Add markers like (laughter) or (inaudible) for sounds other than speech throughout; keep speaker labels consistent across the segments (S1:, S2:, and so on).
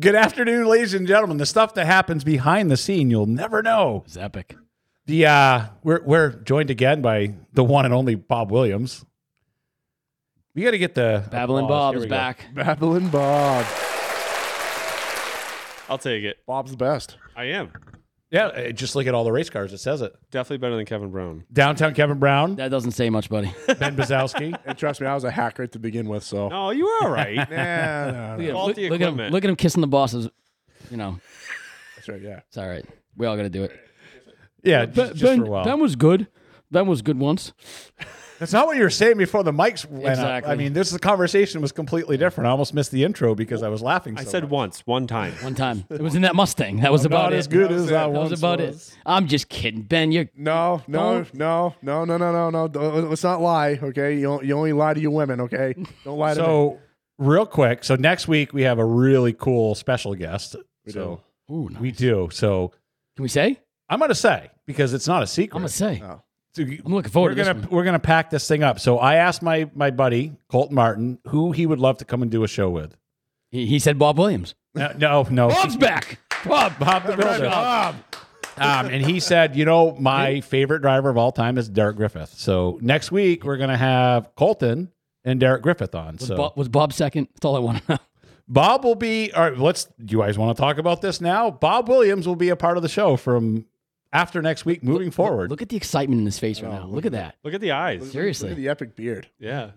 S1: Good afternoon, ladies and gentlemen. The stuff that happens behind the scene, you'll never know.
S2: It's epic.
S1: The uh, we're we're joined again by the one and only Bob Williams. We got to get the
S2: Babylon
S1: applause.
S2: Bob
S1: Here
S2: is
S1: we go.
S2: back.
S3: Babylon Bob.
S4: I'll take it.
S3: Bob's the best.
S4: I am
S1: Yeah, uh, just look at all the race cars. It says it.
S4: definitely better than Kevin Brown.
S1: Downtown Kevin Brown,
S2: That doesn't say much, buddy.
S1: Ben Bazowski.
S3: And trust me, I was a hacker to begin with, so. (laughs)
S4: No, you were all (laughs) right.
S3: Nah, no,
S2: (laughs)
S3: no.
S2: Look at him, look,
S4: Faulty
S2: look at him,
S4: equipment.
S2: look at him kissing the bosses. You know,
S3: That's right, yeah.
S2: it's all right. We all got to do it.
S1: Yeah, just, just
S2: ben,
S1: for a while.
S2: ben was good. Ben was good once.
S1: That's not what you were saying before the mics went up.
S2: Exactly.
S1: I mean, this conversation was completely different. I almost missed the intro because I was laughing. So
S4: I said
S1: much.
S4: once, one time.
S2: One time, it was in that Mustang. That was about
S1: not
S2: it.
S1: as good
S3: That was
S1: as
S3: it.
S1: I
S3: That
S2: That
S1: once
S2: was about
S1: was.
S2: it. I'm just kidding, Ben. You're
S3: No, no,
S2: Don't-
S3: no, no, no, no, no, no. Don't- Let's not lie, okay? You, don't- you only lie to your women, (laughs) okay? Don't lie to me.
S1: So, real quick. So next week we have a really cool special guest.
S3: We
S1: so
S3: do.
S2: Ooh, nice.
S1: we do. So
S2: Can we say?
S1: I'm gonna say because it's not a secret.
S2: I'm gonna say.
S3: No.
S1: So
S2: I'm looking
S1: Oh. we're
S2: forward to this
S1: gonna we're gonna pack this thing up. So I asked my my buddy Colt Martin who he would love to come and do a show with.
S2: He, he said Bob Williams.
S1: No, no, no.
S2: Bob's back. Bob.
S1: Bob the Builder.
S2: Bob.
S1: Um, and he said, you know, my favorite driver of all time is Derek Griffith. So next week we're gonna have Colton and Derek Griffith on.
S2: Was,
S1: So
S2: Bob, was Bob second? That's all I want to know.
S1: Bob will be. All right, let's. Do you guys want to talk about this now? Bob Williams will be a part of the show from after next week, moving (laughs) forward.
S2: Look at the excitement in his face right now.
S3: know.
S2: Look at that.
S4: Look at the eyes.
S2: Seriously.
S3: Look at the epic beard.
S4: Yeah,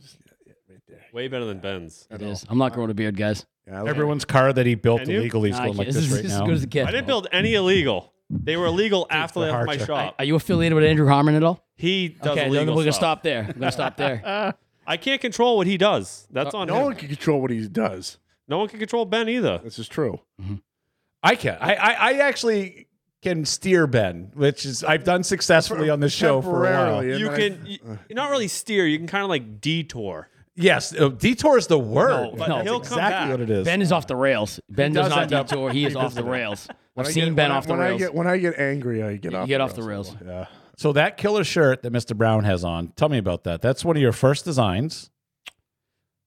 S4: way better than Ben's.
S3: I
S2: It
S3: know.
S2: is. I'm not growing a beard, guys.
S3: Yeah, I like-
S1: Everyone's car that he built
S4: Can you?
S1: illegally is
S2: Nah,
S1: going
S2: I
S1: like
S2: can't.
S1: this,
S2: is
S1: right
S2: as
S1: now.
S2: good as it gets.
S4: I didn't build any illegal. They were illegal after they left my
S1: hardship.
S4: shop.
S2: Are you affiliated with Andrew Harmon at all?
S4: he does
S2: okay, then
S4: illegal
S2: we're gonna
S4: stuff.
S2: stop there. We're gonna stop there.
S4: I can't control what he does. That's on
S3: No
S4: no
S3: one
S4: him.
S3: can control what he does.
S4: No one can control Ben either.
S3: This is true.
S1: I can. I, I I actually can steer Ben, which is I've done successfully on this show for a while.
S3: Temporarily, and
S4: You
S3: then I-
S4: can. You, you're not really steer. You can kind of like detour.
S1: Yes, uh, detour is the word.
S2: No, but
S1: That's
S2: he'll
S1: exactly
S2: come
S4: back.
S1: what it is.
S2: ben is off the rails. Ben does
S1: does
S2: not
S1: end up
S2: detour. He is off the rails. I've
S3: when I
S2: seen
S3: get-
S2: Ben
S3: when I-
S2: off the
S3: when I
S2: rails.
S3: get, when I get angry, I get
S2: You
S3: off
S2: get
S3: the
S2: off the rails.
S3: Yeah.
S1: so that killer shirt that Mr. Brown has on. Tell me about that. That's one of your first designs.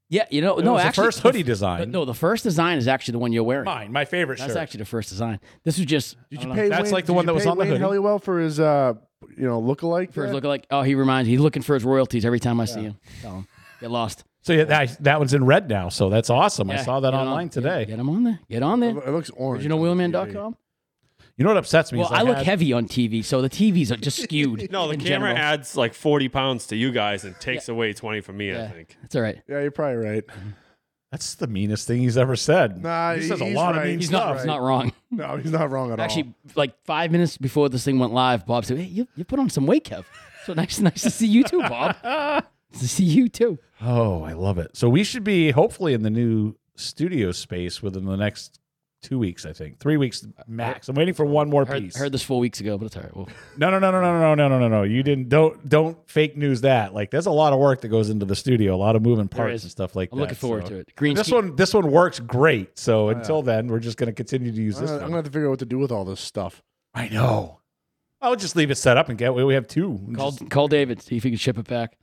S2: Yeah, you know,
S1: It
S2: no,
S1: was the
S2: actually,
S1: first hoodie
S2: the f-
S1: design.
S2: No, the first design is actually the one you're wearing.
S1: mine, my favorite
S2: That's
S1: shirt.
S2: actually the first design. This was just
S3: Did
S2: I
S3: you
S2: don't know,
S3: pay
S1: Uh-huh. That's
S3: Wayne,
S1: like the
S3: did
S1: one
S3: you
S1: that was
S3: pay
S1: on the
S3: Wayne
S1: hoodie.
S3: Helliwell for his, uh, you know, lookalike?
S2: for
S3: there?
S2: his look like? Oh, he reminds. He's looking for his royalties every time I see him. Tell him get lost.
S1: so yeah, that, that one's in red now. So that's awesome. I
S2: Yeah,
S1: saw that
S2: get on-
S1: online today.
S2: Get, get him on there. Get on there.
S3: It looks orange.
S2: Did you know wheelman.com?
S1: You know what upsets me?
S2: Well,
S1: is
S2: I look
S1: had-
S2: heavy on TV, so the TVs are just skewed.
S4: (laughs) No, the
S2: in
S4: camera
S2: general.
S4: adds like 40 pounds to you guys and takes away 20 from me. I
S2: Yeah.
S4: think.
S2: That's all right.
S3: Yeah, you're probably
S2: (laughs)
S3: right.
S1: That's the meanest thing he's ever said.
S3: Nah,
S1: he
S3: he-
S1: says a
S3: he's
S1: lot of
S3: right.
S1: mean
S2: He's
S1: stuff.
S2: not. He's not wrong.
S3: No, he's not wrong at all.
S2: Actually, like five minutes before this thing went live, Bob said, "Hey, you, you put on some weight, Kev." (laughs) So nice, nice to see you too,
S3: (laughs)
S2: Bob. Nice to see you too.
S1: Oh, I love it. So we should be hopefully in the new studio space within the next two weeks. I think three weeks max. I'm waiting for one more
S2: Heard,
S1: piece.
S2: heard this four weeks ago, but it's all right. Well,
S1: No, no, no, no, no, no, no, no, no, no. You didn't. Don't don't fake news that. Like, there's a lot of work that goes into the studio, a lot of moving parts
S2: is.
S1: and stuff like
S2: I'm
S1: that.
S2: looking forward
S1: so.
S2: to it. Oh, Green
S1: This
S2: screen-
S1: one, this one works great. So until then, we're just going to continue to use
S3: I'm
S1: this
S3: gonna, Uh, I'm gonna
S1: one.
S3: have to figure out what to do with all this stuff.
S1: I know. I'll just leave it set up and get. We have two. and
S2: Call,
S1: just-
S2: call David. See if he can ship it back.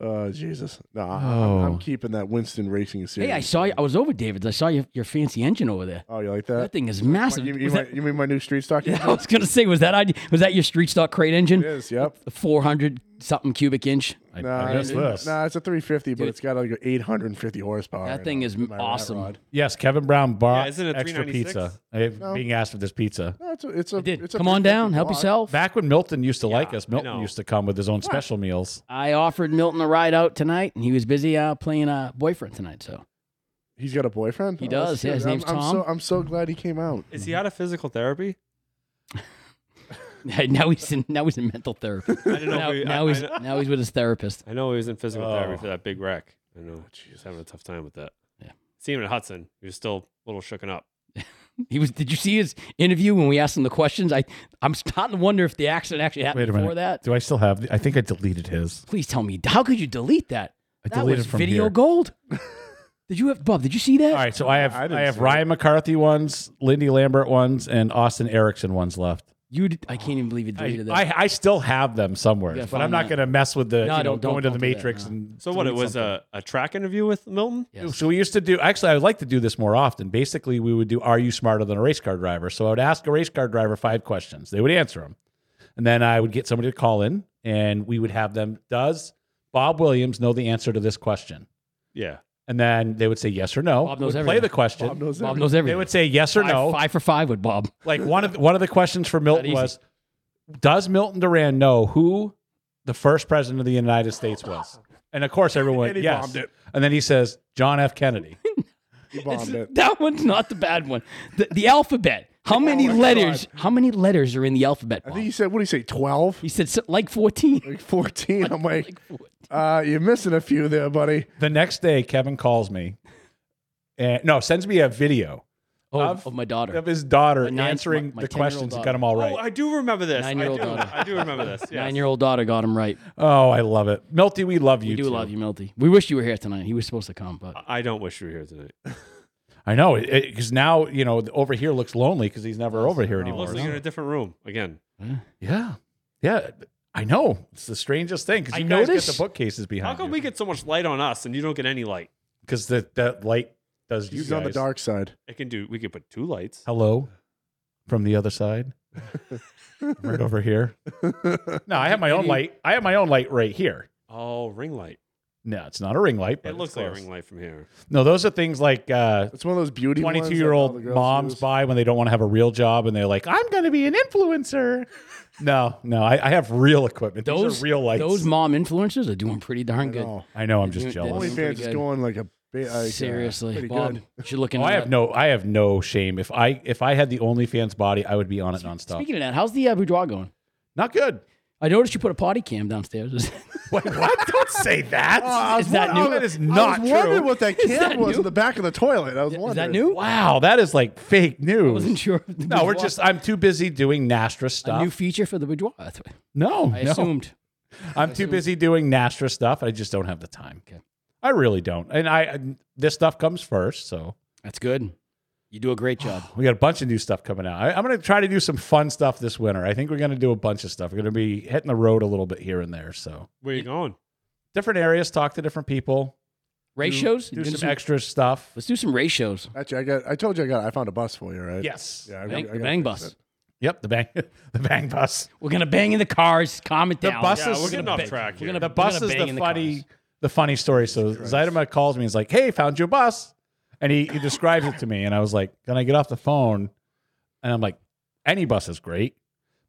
S3: Uh, Jesus, no, I- I'm, I'm
S1: Oh.
S3: keeping that Winston Racing series.
S2: Hey, I saw you. I was over David's. I saw your, your fancy engine over there.
S3: Oh, you like
S2: That (laughs)
S3: that?
S2: thing is massive.
S3: you, you
S2: Was
S3: my-
S2: that-
S3: you mean my new street stock?
S2: I was gonna say, was that idea? Was that your street stock crate engine?
S3: It
S2: (laughs)
S3: is. Yep.
S2: The 400 something cubic inch.
S1: I,
S3: No,
S1: I guess this.
S3: nah, it's a 350, but
S2: Dude.
S3: it's got like 850 horsepower.
S2: That thing is
S3: my rat
S2: awesome.
S3: rod.
S1: Yes, Kevin Brown bought
S4: Yeah, isn't it
S1: extra
S4: 396?
S1: pizza. I'm Being asked for this pizza.
S3: No, it's a, it's a,
S2: I did.
S3: It's a
S2: Come on
S3: 350
S2: down. Help
S3: block.
S2: yourself.
S1: Back when Milton used to like us,
S4: I
S1: Milton
S4: know.
S1: used to come with his own special meals.
S2: I offered Milton a ride out tonight, and he was busy uh, playing uh, boyfriend tonight. So
S3: He's got a boyfriend.
S2: He
S3: Oh, that's
S2: does, yeah,
S3: good.
S2: his
S3: I'm-
S2: name's
S3: I'm,
S2: Tom.
S3: So, I'm so glad he came out. (laughs)
S4: Is he out of physical therapy?
S2: (laughs) now he's in now he's in mental therapy.
S4: I didn't know.
S2: now,
S4: if we- I-
S2: now
S4: I
S2: he's
S4: kn-
S2: now he's with his therapist.
S4: I know he was in physical
S1: Oh.
S4: therapy for that big wreck. I know he's having a tough time with that.
S2: Oh, Yeah.
S4: See him at Hudson. He was still a little shooken up.
S2: He was. Did you see his interview when we asked him the questions? I I'm starting to wonder if the accident actually happened
S1: Wait a
S2: before
S1: minute.
S2: that.
S1: Do I still have? The, I think I deleted his.
S2: Please tell me how could you delete that?
S1: I
S2: that
S1: deleted
S2: was
S1: from
S2: video
S1: here. (laughs)
S2: gold. did you have Bob? Did you see that?
S1: All right, so I have
S3: I
S1: I,
S3: didn't
S1: have
S3: see it.
S1: Ryan McCarthy ones, Lindy Lambert ones, and Austin Erickson ones left.
S2: You, d- I can't even believe you deleted that.
S1: I, I still have them somewhere,
S2: Yeah,
S1: but I'm
S2: find
S1: not
S2: that.
S1: going to mess with the
S2: No,
S1: you know,
S2: don't- don't-
S1: going to the
S2: don't do that,
S1: matrix
S2: no.
S1: and
S4: So what? It
S1: delete
S4: was a, a track interview with Milton.
S2: Yes.
S1: So we used to do. Actually, I would like to do this more often. Basically, we would do "Are you smarter than a race car driver?" So I would ask a race car driver five questions. They would answer them, and then I would get somebody to call in, and we would have them. Does Bob Williams know the answer to this question?
S4: Yeah.
S1: And then they would say yes or no.
S2: Bob knows
S1: Would play
S2: everything.
S1: the question.
S3: Bob knows
S2: Bob
S3: everything.
S2: knows
S1: they
S2: everything.
S1: would say yes or
S2: five,
S1: no.
S2: five for five with Bob.
S1: Like one of one of the questions for Milton
S2: easy.
S1: was, does Milton Duran know who the first president of the United States was? And of course, everyone went,
S3: (laughs) And he
S1: yes.
S3: bombed it.
S1: And then he says John F. Kennedy.
S3: You bombed
S2: (laughs)
S3: it.
S2: That one's not the bad one. The, the alphabet.
S1: Oh
S2: How many
S3: my
S2: letters? How many letters are in the alphabet?
S3: I
S2: Bob?
S3: think you said what do you say?
S2: (laughs)
S3: Twelve,
S2: He said so- like fourteen.
S3: like fourteen. I'm like,
S2: Like 14.
S3: uh, you're missing a few there, buddy.
S1: The next day, Kevin calls me. And, no, sends me a video
S2: Oh,
S1: Of-
S2: of, my daughter.
S1: of his daughter
S2: My nine-
S1: answering
S2: my- my
S1: the
S2: 10-year-old
S1: questions and got them all
S4: Oh,
S1: right.
S4: I do remember this. I do.
S2: Nine-year-old daughter.
S4: I do
S2: (laughs)
S4: remember this. Yes.
S2: Nine-year-old daughter got him right.
S1: Oh, I love it. Milty, we love you.
S2: We do
S1: too.
S2: love you, Milty. We wish you were here tonight. He was supposed to come, but
S4: I don't wish you were here tonight.
S1: I know because now you know over here looks lonely because he's never over here
S4: It
S2: Oh,
S1: anymore.
S4: looks like you're in a different room again.
S1: Yeah, yeah. I know it's the strangest thing because
S2: I
S1: you guys get
S2: notice-
S1: the bookcases behind.
S4: How come we get so much light on us and you don't get any light?
S1: Because the that light does you
S3: He's
S1: guys.
S3: on the dark side.
S4: It can do. We could put two lights.
S1: Hello, from the other
S4: (laughs)
S1: side, right over here. No, I have my own light. I have my own light right here.
S4: Oh, ring light.
S1: No, it's not a ring light. But
S4: It looks
S1: it's
S4: like a
S1: close.
S4: ring light from here.
S1: No, those are things like uh,
S3: It's one of those beauty. ones that all
S1: 22 year
S3: the
S1: old
S3: girls
S1: moms
S3: use.
S1: buy when they don't want to have a real job and they're like, I'm going to be an influencer. No, no, I, I have real equipment. Those,
S2: Those-
S1: are real lights.
S2: those mom influencers are doing pretty
S3: I
S2: darn good.
S3: know.
S1: I know, I'm just
S2: They're
S1: jealous.
S2: doing
S3: OnlyFans
S2: pretty
S3: is
S2: good.
S3: going like a bit. Like, uh,
S2: Seriously,
S3: pretty
S2: Bob,
S3: good.
S2: you should look
S1: Oh,
S2: into
S1: I
S2: that.
S1: have no, I have no shame. If I if I had the OnlyFans body, I would be on it nonstop.
S2: Speaking of that, how's the uh, boudoir going?
S1: Not good. (laughs)
S2: I noticed you put a potty cam downstairs. (laughs) Is,
S1: Wait, what? don't say that.
S3: I was
S2: Is that
S3: wondering-
S2: new?
S1: That is not
S3: I was wondering
S1: true.
S3: what that
S2: Is
S3: can
S2: that
S3: was
S2: new?
S3: in the back of the toilet. I was wondering.
S2: is that new?
S1: wow, that is like fake news.
S2: I wasn't sure. if the
S1: No, we're
S2: boudoir-
S1: just. I'm too busy doing Nastra
S2: a
S1: stuff.
S2: new feature for the boudoir. That's what
S1: no,
S2: (laughs) I
S1: no.
S2: assumed.
S1: I'm too busy doing Nastra stuff. I just don't have the time.
S2: Okay.
S1: I really don't. And I this stuff comes first, so
S2: That's good. You do a great job.
S1: we got a bunch of new stuff coming out. I, I'm going to try to do some fun stuff this winter. I think we're going to do a bunch of stuff. We're going to be hitting the road a little bit here and there. So
S4: Where you going?
S1: different areas, talk to different people,
S2: (sighs) race
S1: do-
S2: shows.
S1: do
S2: Doing
S1: some extra stuff.
S2: Let's do some race shows.
S3: Actually, I got. I told you I got. I found a bus for you, right?
S1: Yes.
S3: Yeah. I,
S2: Bang,
S3: I
S2: the
S3: got
S2: bang
S3: fixed
S2: bus.
S3: it.
S1: Yep. The bang. (laughs) the bang bus.
S2: We're gonna bang in the cars. Calm it
S1: The
S2: down.
S1: bus
S4: Yeah,
S1: This is
S4: we're getting off
S2: bang-
S4: track
S2: we're
S4: here.
S2: gonna-
S1: The bus is
S2: bang
S1: the
S2: in the
S1: funny,
S2: cars.
S1: the, funny story. So Zaidema calls me. He's like, "Hey, found you a bus," and he, he describes it to me, and I was like, "Can I get off the phone?" And I'm like, "Any bus is great."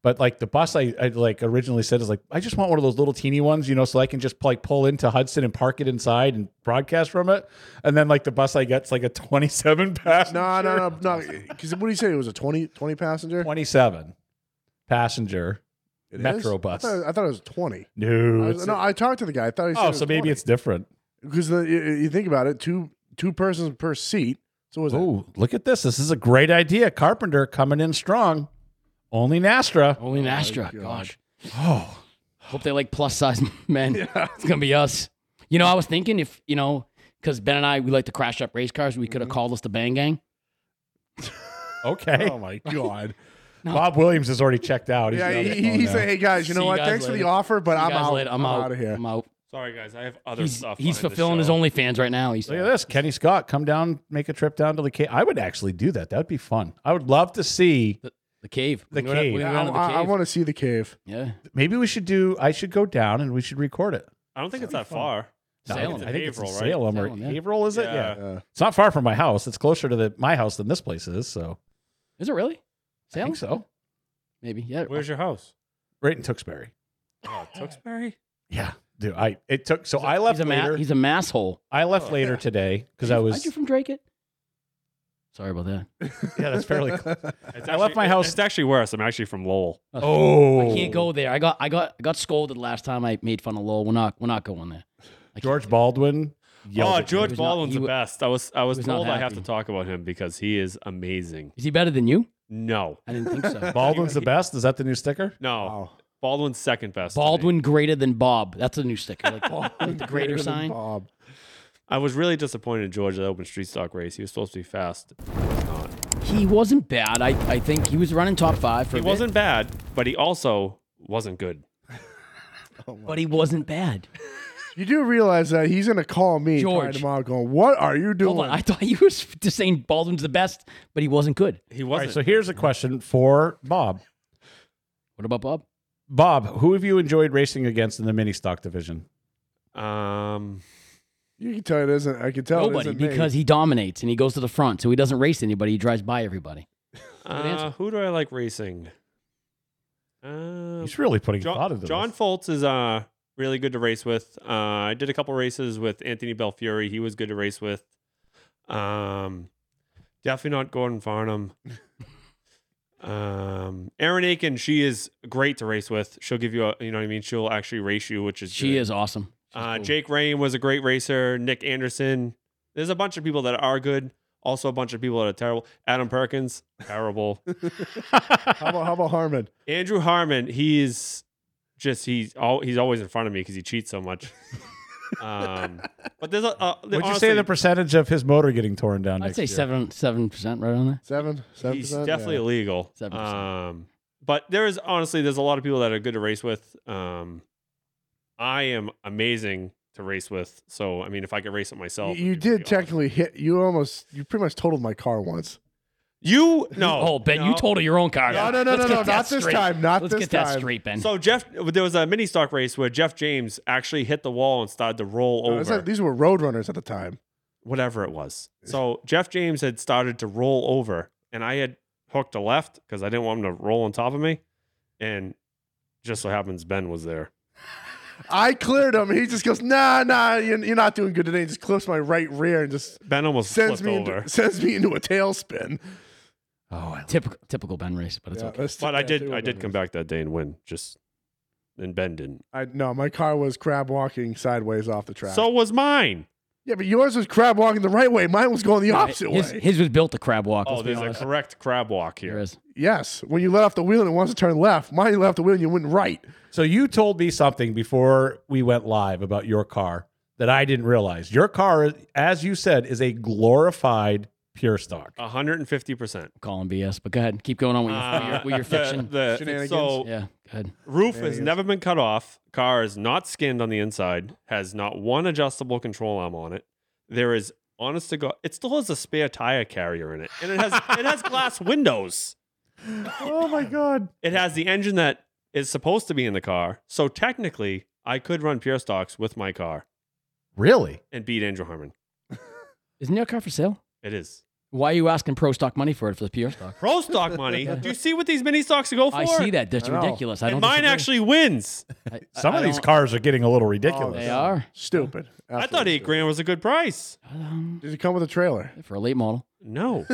S1: But like the bus I, I like originally said is like I just want one of those little teeny ones, you know, so I can just like pull into Hudson and park it inside and broadcast from it. And then like the bus I got's like a twenty seven (laughs) passenger.
S3: No, no, no, no. Because what do you say? It was a 20, 20 passenger.
S1: Twenty seven passenger
S3: It
S1: metro
S3: is?
S1: bus.
S3: I thought, I thought it was twenty.
S1: No,
S3: I was-
S1: it's-
S3: no, I talked to the guy. I thought he.
S1: oh, so maybe it's different.
S3: because you, you think about it, two two persons per seat. So was (laughs) it?
S1: Oh, look at this. This is a great idea. Carpenter coming in strong. Only Nastra.
S2: Only an Astra.
S3: God.
S2: Gosh.
S1: Oh.
S2: Hope they like plus size (laughs) men. It's gonna be us. You know, I was thinking if you know, because Ben and I we like to crash up race cars. We could
S1: Mm-hmm.
S2: have called us the Bang Gang.
S1: Okay.
S3: Oh my god!
S1: Bob Williams is already checked out. He's
S3: yeah,
S1: got
S3: he,
S1: it.
S3: he, he said, "Hey guys, you
S2: See
S3: know
S2: you
S3: what?
S2: guys
S3: Thanks for the
S2: later.
S3: offer, but
S2: You
S3: I'm
S2: guys
S3: out.
S2: later,
S3: I'm out of here."
S2: I'm out.
S4: Sorry, guys. I have other
S2: He's,
S4: stuff.
S2: he's
S4: behind this
S2: fulfilling his
S4: show.
S2: OnlyFans right now. He's
S1: Look at this. Kenny Scott, come down, make a trip down to the cave. I would actually do that. That would be fun. I would love to see.
S2: the cave.
S1: The
S2: We can go down-
S1: cave.
S2: we
S3: I,
S2: can go down to the cave.
S3: want to see the cave.
S2: yeah.
S1: Maybe we should do, I should go down and we should record it.
S4: I don't think it's that far.
S1: No,
S2: Salem.
S1: I think it's in
S4: Haverhill, right?
S1: Salem or
S2: Salem, yeah.
S1: Haverhill, is it? Yeah.
S4: Yeah.
S3: Uh,
S1: It's not far from my house. It's closer to the, my house than this place is. So
S2: Is it really?
S1: I
S2: Salem?
S1: think so.
S2: Maybe. Yeah.
S4: Where's your
S2: (laughs)
S4: house?
S1: Right in Tewksbury.
S4: Oh, Tewksbury.
S1: Yeah. Dude, I, it took, so I left
S2: he's a ma-
S1: later.
S2: he's a mass hole.
S1: I left
S4: Oh.
S1: later today because I was,
S2: Aren't you from Drake it? Sorry about that.
S1: yeah, that's (laughs) fairly
S3: (laughs)
S1: close.
S4: It's
S1: I left my house-
S4: It's actually worse. I'm actually from Lowell.
S1: Oh,
S2: I can't go there. I got I got I got scolded last time I made fun of Lowell. We're not we're not going there. I can't
S1: George
S2: do it.
S1: Baldwin. yelled
S4: oh,
S1: at me.
S4: George
S2: was not-
S4: Baldwin's
S2: he
S4: the
S2: wa-
S4: best. I was I was,
S2: was not
S4: told I have to
S2: happy.
S4: talk about him because he is amazing.
S2: Is he better than you?
S4: No,
S2: I didn't think
S1: (laughs)
S2: so.
S1: Baldwin's the best. Is that the new sticker?
S4: no,
S3: Wow.
S4: Baldwin's second best. to me.
S2: Baldwin greater than Bob. That's a new sticker.
S3: (laughs)
S2: Like with the greater
S3: than
S2: sign.
S3: Bob.
S4: I was really disappointed in George at the Open Street Stock race. He was supposed to be fast. He's not.
S2: He wasn't bad. I, I think he was running top five for
S4: He
S2: a bit,
S4: wasn't bad, but he also wasn't good.
S2: but he wasn't
S3: (laughs)
S2: bad.
S3: You do realize that he's gonna call me probably
S2: George.
S3: tomorrow, going, "What are you doing?"
S2: Hold on, I thought you were (laughs) just saying Baldwin's the best, but he wasn't good.
S4: He
S1: All right,
S4: wasn't.
S1: so here's a question for Bob.
S2: What about Bob?
S1: Bob, who have you enjoyed racing against in the mini stock division?
S4: um,
S3: you can tell it isn't. I can tell it
S2: Nobody,
S3: isn't me.
S2: because he dominates and he goes to the front, so he doesn't race anybody. He drives by everybody. answer.
S4: uh, who do I like racing? Uh,
S1: He's really putting thought
S4: John,
S1: into
S4: John
S1: this.
S4: Foltz is uh, really good to race with. Uh, I did a couple races with Anthony Belfiore. He was good to race with. Um, definitely not Gordon Farnham. um, Aaron Aiken, she is great to race with. She'll give you a, you know what I mean? She'll actually race you, which is
S2: She
S4: good.
S2: is awesome. She's
S4: Uh,
S2: cool.
S4: Jake Rain was a great racer. Nick Anderson. There's a bunch of people that are good. Also, a bunch of people that are terrible. Adam Perkins, terrible.
S3: How about how about Harmon?
S4: Andrew Harmon, he's just he's all he's always in front of me because he cheats
S1: (laughs)
S4: so much. um, but there's a uh,
S1: Would you
S4: honestly,
S1: say the percentage of his motor getting torn down
S2: I'd
S1: next
S2: say
S1: year?
S2: seven seven percent right on there.
S3: Seven, seven.
S4: he's definitely illegal.
S2: 7%.
S4: Um, but there is honestly there's a lot of people that are good to race with. Um, I am amazing to race with. So I mean, if I could race it myself,
S3: You, you
S4: it'd be
S3: did
S4: pretty awesome.
S3: technically hit. You almost. You pretty much totaled my car once.
S1: (laughs)
S4: You no.
S2: Oh, Ben,
S4: no.
S2: you told her your own car.
S3: No, no, no,
S2: Let's
S3: no,
S2: get
S3: no,
S2: that
S3: not this
S2: straight.
S3: time, not
S2: Let's
S3: this
S2: get that
S3: time.
S2: straight, Ben.
S4: So Jeff, there was a mini stock race where Jeff James actually hit the wall and started to roll
S3: No,
S1: Oh,
S4: over.
S3: it's like these were Roadrunners at the time.
S4: whatever it was. So Jeff James had started to roll over, and I had hooked a left because I didn't want him to roll on top of me. And just so happens Ben was there.
S3: I cleared him. He just goes, "Nah, nah, you're, you're not doing good today." He just clips my right rear and just
S4: Ben almost
S3: sends
S4: flipped
S3: me (laughs)
S4: over.
S3: into, sends me into a tailspin.
S1: Oh, I-
S2: typical typical Ben race, but it's
S3: Yeah,
S2: okay.
S3: that's-
S4: but I
S3: yeah,
S4: did
S3: two
S4: I did come
S3: Roadrunners.
S4: back that day and win. Just and Ben didn't.
S3: I no, my car was crab walking sideways off the track.
S4: So was mine.
S3: yeah, but yours was crab walking the right way. Mine was going the opposite
S2: his,
S3: way.
S2: his was built to crab walk.
S4: Oh,
S2: let's be
S4: there's a
S2: honest.
S4: correct crab walk
S2: There
S4: here.
S2: is.
S3: Yes, when you let off the wheel and it wants to turn left, mine you left the wheel and you went right.
S1: So you told me something before we went live about your car that I didn't realize. Your car, as you said, is a glorified pure stock.
S4: hundred and fifty percent. Uh,
S2: Calling BS, but go ahead, keep going on with your, with your,
S4: Ah, (laughs)
S2: with your fiction.
S3: Shenanigans.
S4: so
S2: yeah, go ahead.
S4: Roof
S3: There it
S4: has
S3: is.
S4: never been cut off. Car is not skinned on the inside. Has not one adjustable control arm on it. There is honest to God, it still has a spare tire carrier in it, and it has it
S3: (laughs)
S4: has glass windows.
S1: oh my god!
S4: It has the engine that is supposed to be in the car. So technically, I could run pure stocks with my car
S1: Really?
S4: and beat Andrew Harmon.
S2: Isn't your car for sale?
S4: It is
S2: Why are you asking pro stock money for it for the PR stock?
S4: pro
S3: (laughs)
S4: stock money. Do you see what these mini stocks go for?
S2: I see that. That's
S3: I know.
S2: ridiculous. I
S4: And
S2: don't.
S4: mine
S2: disagree.
S4: actually wins.
S2: I- I-
S1: Some
S2: I
S1: of these
S2: don't-
S1: cars are getting a little ridiculous.
S2: They are
S3: Stupid.
S4: I thought
S3: Absolutely
S4: eight grand was a good price.
S2: um,
S3: Did you come with a trailer?
S2: for a late model.
S4: No.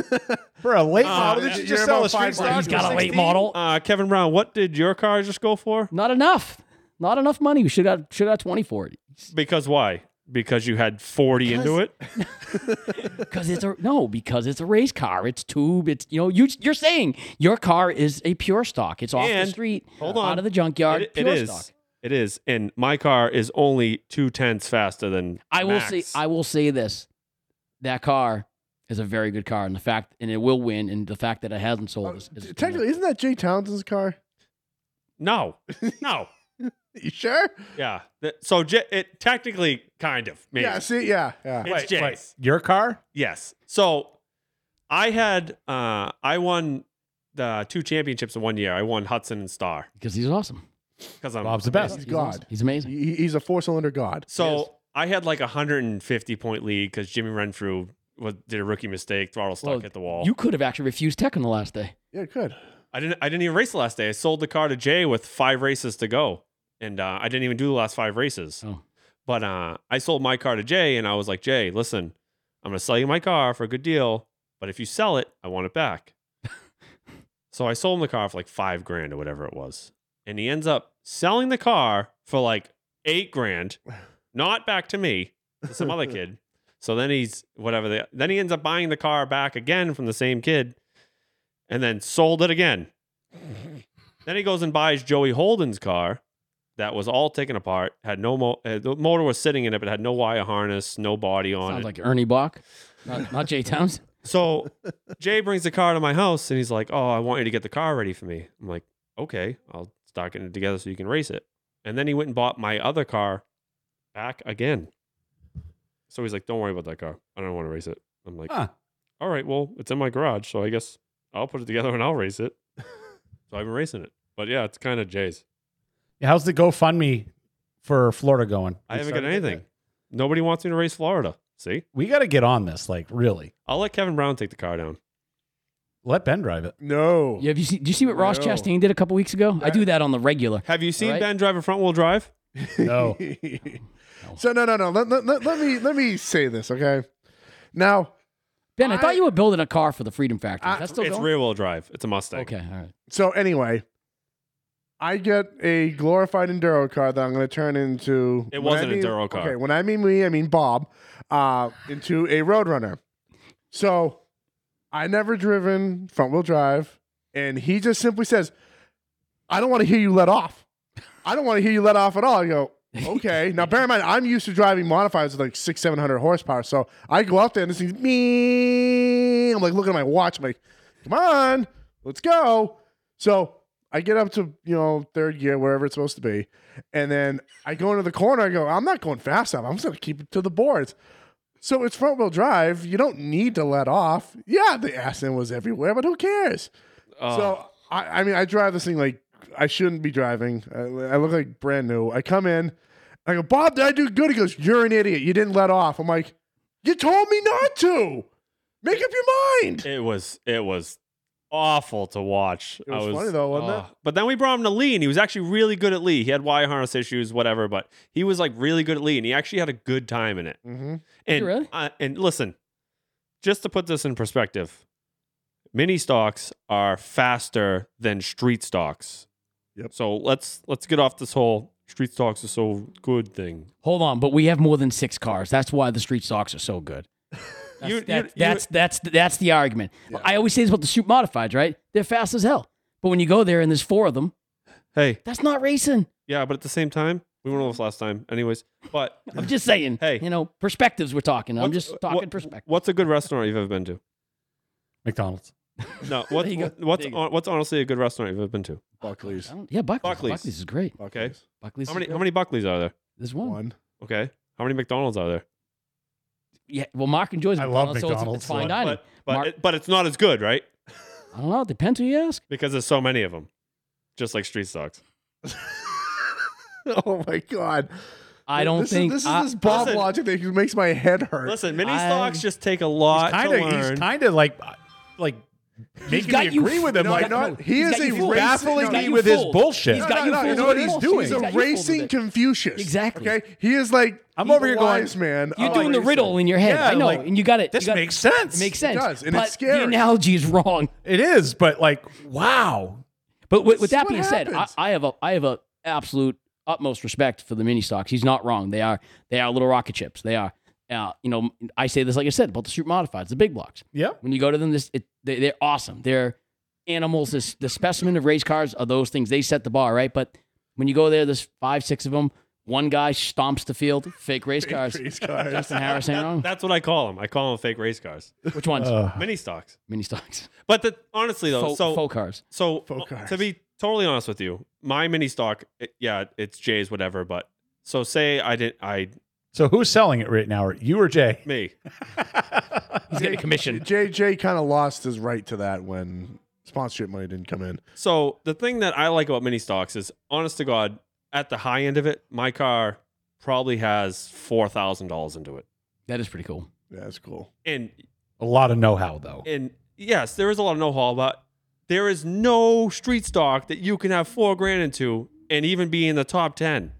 S1: For a late
S4: Uh,
S1: model, did you
S3: you're
S1: just sell
S3: about
S1: a street
S3: five
S1: stock?
S3: grand.
S2: He's
S1: for
S2: got a late
S1: 16?
S2: model.
S4: Uh, Kevin Brown, what did your car just go for?
S2: Not enough. Not enough money. We should have should have twenty for it.
S4: Because why? Because you had 40 into it?
S2: Because it's a no, because it's a race car. It's tube. It's you know you you're saying your car is a pure stock. It's off
S4: And-
S2: the street,
S4: hold on.
S2: out of the junkyard.
S4: It- it
S2: pure
S4: is.
S2: stock.
S4: It is. And my car is only two tenths faster than
S2: I will
S4: Max.
S2: say I will say this: that car is a very good car, and the fact and it will win, and the fact that it hasn't sold is, is
S3: Uh, Technically, isn't that Jay Townsend's car?
S2: (laughs)
S4: No. No.
S3: You sure?
S4: yeah. Th- So j- it technically kind of maybe.
S3: Yeah. See, yeah, yeah.
S4: It's
S1: Wait,
S4: Jay's.
S1: wait, your car?
S4: Yes. So I had uh I won the two championships in one year. I won Hudson and Star
S2: because he's awesome.
S4: because I'm
S1: Bob's the best.
S3: He's
S2: He's awesome.
S3: God.
S2: He's amazing.
S3: He, he's a four-cylinder god.
S2: Yes.
S4: So I had like a 150 point lead because Jimmy Renfrew was, did a rookie mistake, throttle stuck,
S2: Well,
S4: hit the wall.
S2: You could have actually refused tech on the last day.
S3: Yeah, good.
S4: I didn't. I didn't even race the last day. I sold the car to Jay with five races to go, and uh, I didn't even do the last five races.
S2: Oh.
S4: But uh, I sold my car to Jay, and I was like, Jay, listen, I'm gonna sell you my car for a good deal, but if you sell it, I want it back. so I sold him the car for like five grand or whatever it was, and he ends up selling the car for like eight grand, not back to me, to some other kid. So then he's whatever. The, then he ends up buying the car back again from the same kid, and then sold it again. then he goes and buys Joey Holden's car, that was all taken apart, had no mo- uh, the motor was sitting in it, but had no wire harness, no body on
S2: Sounds
S3: (laughs)
S4: it.
S2: like Ernie Bach, not, not Jay Townsend.
S4: So Jay brings the car to my house and he's like, Oh, I want you to get the car ready for me. I'm like, Okay, I'll start getting it together so you can race it. And then he went and bought my other car back again. So he's like, Don't worry about that car. I don't want to race it. I'm like,
S1: Huh.
S4: All right, well, it's in my garage. So I guess I'll put it together and I'll race it. so I've been racing it. But yeah, it's kind of Jay's.
S1: How's the GoFundMe for Florida going?
S4: I
S1: We
S4: haven't
S1: started
S4: got
S1: it?
S4: anything. Nobody wants me to race Florida. See?
S1: We got to get on this, like really.
S4: I'll let Kevin Brown take the car down.
S1: Let Ben drive it.
S3: No.
S2: Yeah, have you see, do you see what Ross
S3: No.
S2: Chastain did a couple weeks ago? I do that on the regular.
S4: Have you seen
S2: All right.
S4: Ben drive a front wheel drive?
S1: No.
S3: so no, no, no. Let, let, let, let me let me say this, okay? Now,
S2: Ben, I,
S3: I-
S2: thought you were building a car for the Freedom Factory.
S3: I-
S2: That's still
S4: it's
S2: going.
S4: rear wheel drive. It's a Mustang.
S2: Okay, all right.
S3: so anyway, I get a glorified enduro car that I'm going to turn into.
S4: It
S3: when
S4: was
S3: I
S4: an
S3: mean-
S4: Enduro car.
S3: Okay, when I mean me, I mean Bob, uh, into a Roadrunner. So I never driven front wheel drive, and he just simply says, "I don't want to hear you let off. I don't want to hear you let off at all." I
S4: (laughs)
S3: go. okay. Now, bear in mind, I'm used to driving modifiers with like six, seven hundred horsepower. So I go out there and this thing's me. I'm like looking at my watch. I'm like, come on, let's go. So I get up to you know third gear, wherever it's supposed to be, and then I go into the corner. I go, I'm not going fast enough. I'm just gonna keep it to the boards. So it's front wheel drive. You don't need to let off. Yeah, the accident was everywhere, but who cares?
S4: Oh,
S3: So I, I mean, I drive this thing like I shouldn't be driving. I, I look like brand new. I come in, I go, Bob, did I do good? He goes, You're an idiot. You didn't let off. I'm like, You told me not to. Make up your mind.
S4: it was it was awful to watch.
S3: It
S4: I
S3: was funny though, wasn't it?
S4: oh. But then we brought him to Lee, and he was actually really good at Lee. He had wire harness issues, whatever, but he was like really good at Lee, and he actually had a good time in it.
S3: Mm-hmm.
S4: And
S2: really?
S4: I- and listen, just to put this in perspective, mini stocks are faster than street stocks.
S3: Yep.
S4: So let's let's get off this whole street stocks are so good thing.
S2: Hold on, but we have more than six cars. That's why the street stocks are so good. That's
S4: You- you-
S2: that's,
S4: you-
S2: that's, that's that's the argument. I always say this about the super modifieds, right? They're fast as hell, but when you go there and there's four of them,
S4: Hey,
S2: that's not racing.
S4: yeah, but at the same time, we went over this last time, anyways.
S2: (laughs)
S4: But
S2: I'm just saying.
S4: Hey.
S2: you know, perspectives we're talking. I'm
S4: What's-
S2: just talking
S4: what-
S2: perspective.
S4: What's a good restaurant you've ever
S2: (laughs)
S4: been to?
S1: (laughs) McDonald's.
S4: No,
S2: There
S4: what's
S2: you go.
S4: what's
S2: There you
S4: hon- what's honestly a good restaurant you've ever been to?
S3: Buckley's.
S2: I don't- yeah, Buckley's.
S4: Buckley's.
S2: Buckley's. is great.
S4: Okay.
S2: Buckley's.
S4: How
S2: is
S4: many
S2: great.
S4: how many Buckleys are there?
S2: There's one.
S3: One.
S4: Okay. How many McDonald's are there?
S2: Yeah. Well, Mark enjoys
S1: I love
S2: McDonald's, so it's-
S1: McDonald's.
S2: it's
S1: But-
S2: fine dining.
S4: But but,
S2: Mark-
S4: it, but it's not as good, right?
S2: I don't know. It depends who you ask.
S4: Because there's so many of them. Just like street stocks.
S3: (laughs) oh my god.
S2: I don't
S3: This is-
S2: think
S3: this is
S2: I-
S3: this Bob
S4: Listen.
S3: logic that makes my head hurt.
S4: Listen, mini
S2: I-
S4: stocks just take a lot
S1: Kind
S4: to
S1: of.
S4: learn.
S1: He's kind of like, like making me
S2: got you
S1: agree with him.
S3: No,
S1: like,
S3: no,
S1: no,
S3: he is
S2: got
S3: a
S2: you fooled.
S3: racist-
S2: He's
S1: baffling
S2: got
S1: me
S2: you
S1: with his
S2: fooled.
S1: bullshit.
S2: He's
S1: No,
S2: got
S3: no,
S2: you
S3: no,
S2: fooled.
S3: you know what he's
S2: with
S3: doing?
S2: bullshit.
S3: He's
S2: got
S3: a
S2: you fooled with
S3: racing
S2: it.
S3: Confucius.
S2: Exactly.
S3: Okay, he is like
S1: I'm
S3: he's
S1: over
S3: a
S1: here going,
S3: wise man. Oh,
S2: You're
S3: of
S2: doing the
S3: racing. (laughs)
S2: riddle in your head.
S1: Yeah,
S2: I know,
S1: like,
S2: and you got it.
S1: This
S2: you got-
S1: makes sense.
S2: It makes sense.
S3: does, and
S2: but
S3: it's scary.
S2: The analogy is wrong.
S1: It is, but like, wow.
S2: But with, with
S3: This is
S2: that
S3: what
S2: being said, I,
S3: happens.
S2: I have a I have a absolute utmost respect for the mini stocks. He's not wrong. They are they are little rocket ships. They are. Uh, you know, I say this like I said about the super modifieds, the big blocks.
S1: Yep.
S2: When you go to them, this it, they, they're awesome. They're animals. This the specimen of race cars are those things. They set the bar, right? But when you go there, there's five, six of them. One guy stomps the field. Fake race cars.
S3: Race cars.
S2: Justin Harris, ain't
S3: (laughs)
S2: wrong.
S4: That's what I call them. I call them fake race cars.
S2: Which ones?
S1: Uh,
S4: mini stocks.
S2: mini stocks.
S4: But the, honestly though,
S2: Faux,
S4: so
S2: faux cars.
S4: So
S3: Faux
S4: uh, to
S3: cars.
S4: be totally honest with you, my mini stock, it- yeah, it's Jay's whatever. But so say I didn't, I
S1: so who's selling it right now? You or Jay? (laughs)
S4: me.
S2: (laughs) He's getting commissioned.
S3: JJ kind of lost his right to that when sponsorship money didn't come in.
S4: So the thing that I like about mini stocks is, honest to God, at the high end of it, my car probably has four thousand dollars into it,
S2: That is pretty cool.
S3: Yeah, that's cool.
S4: and
S1: A lot of know-how though.
S4: and yes, there is a lot of no haul, but there is no street stock that you can have four grand into and even be in the top ten.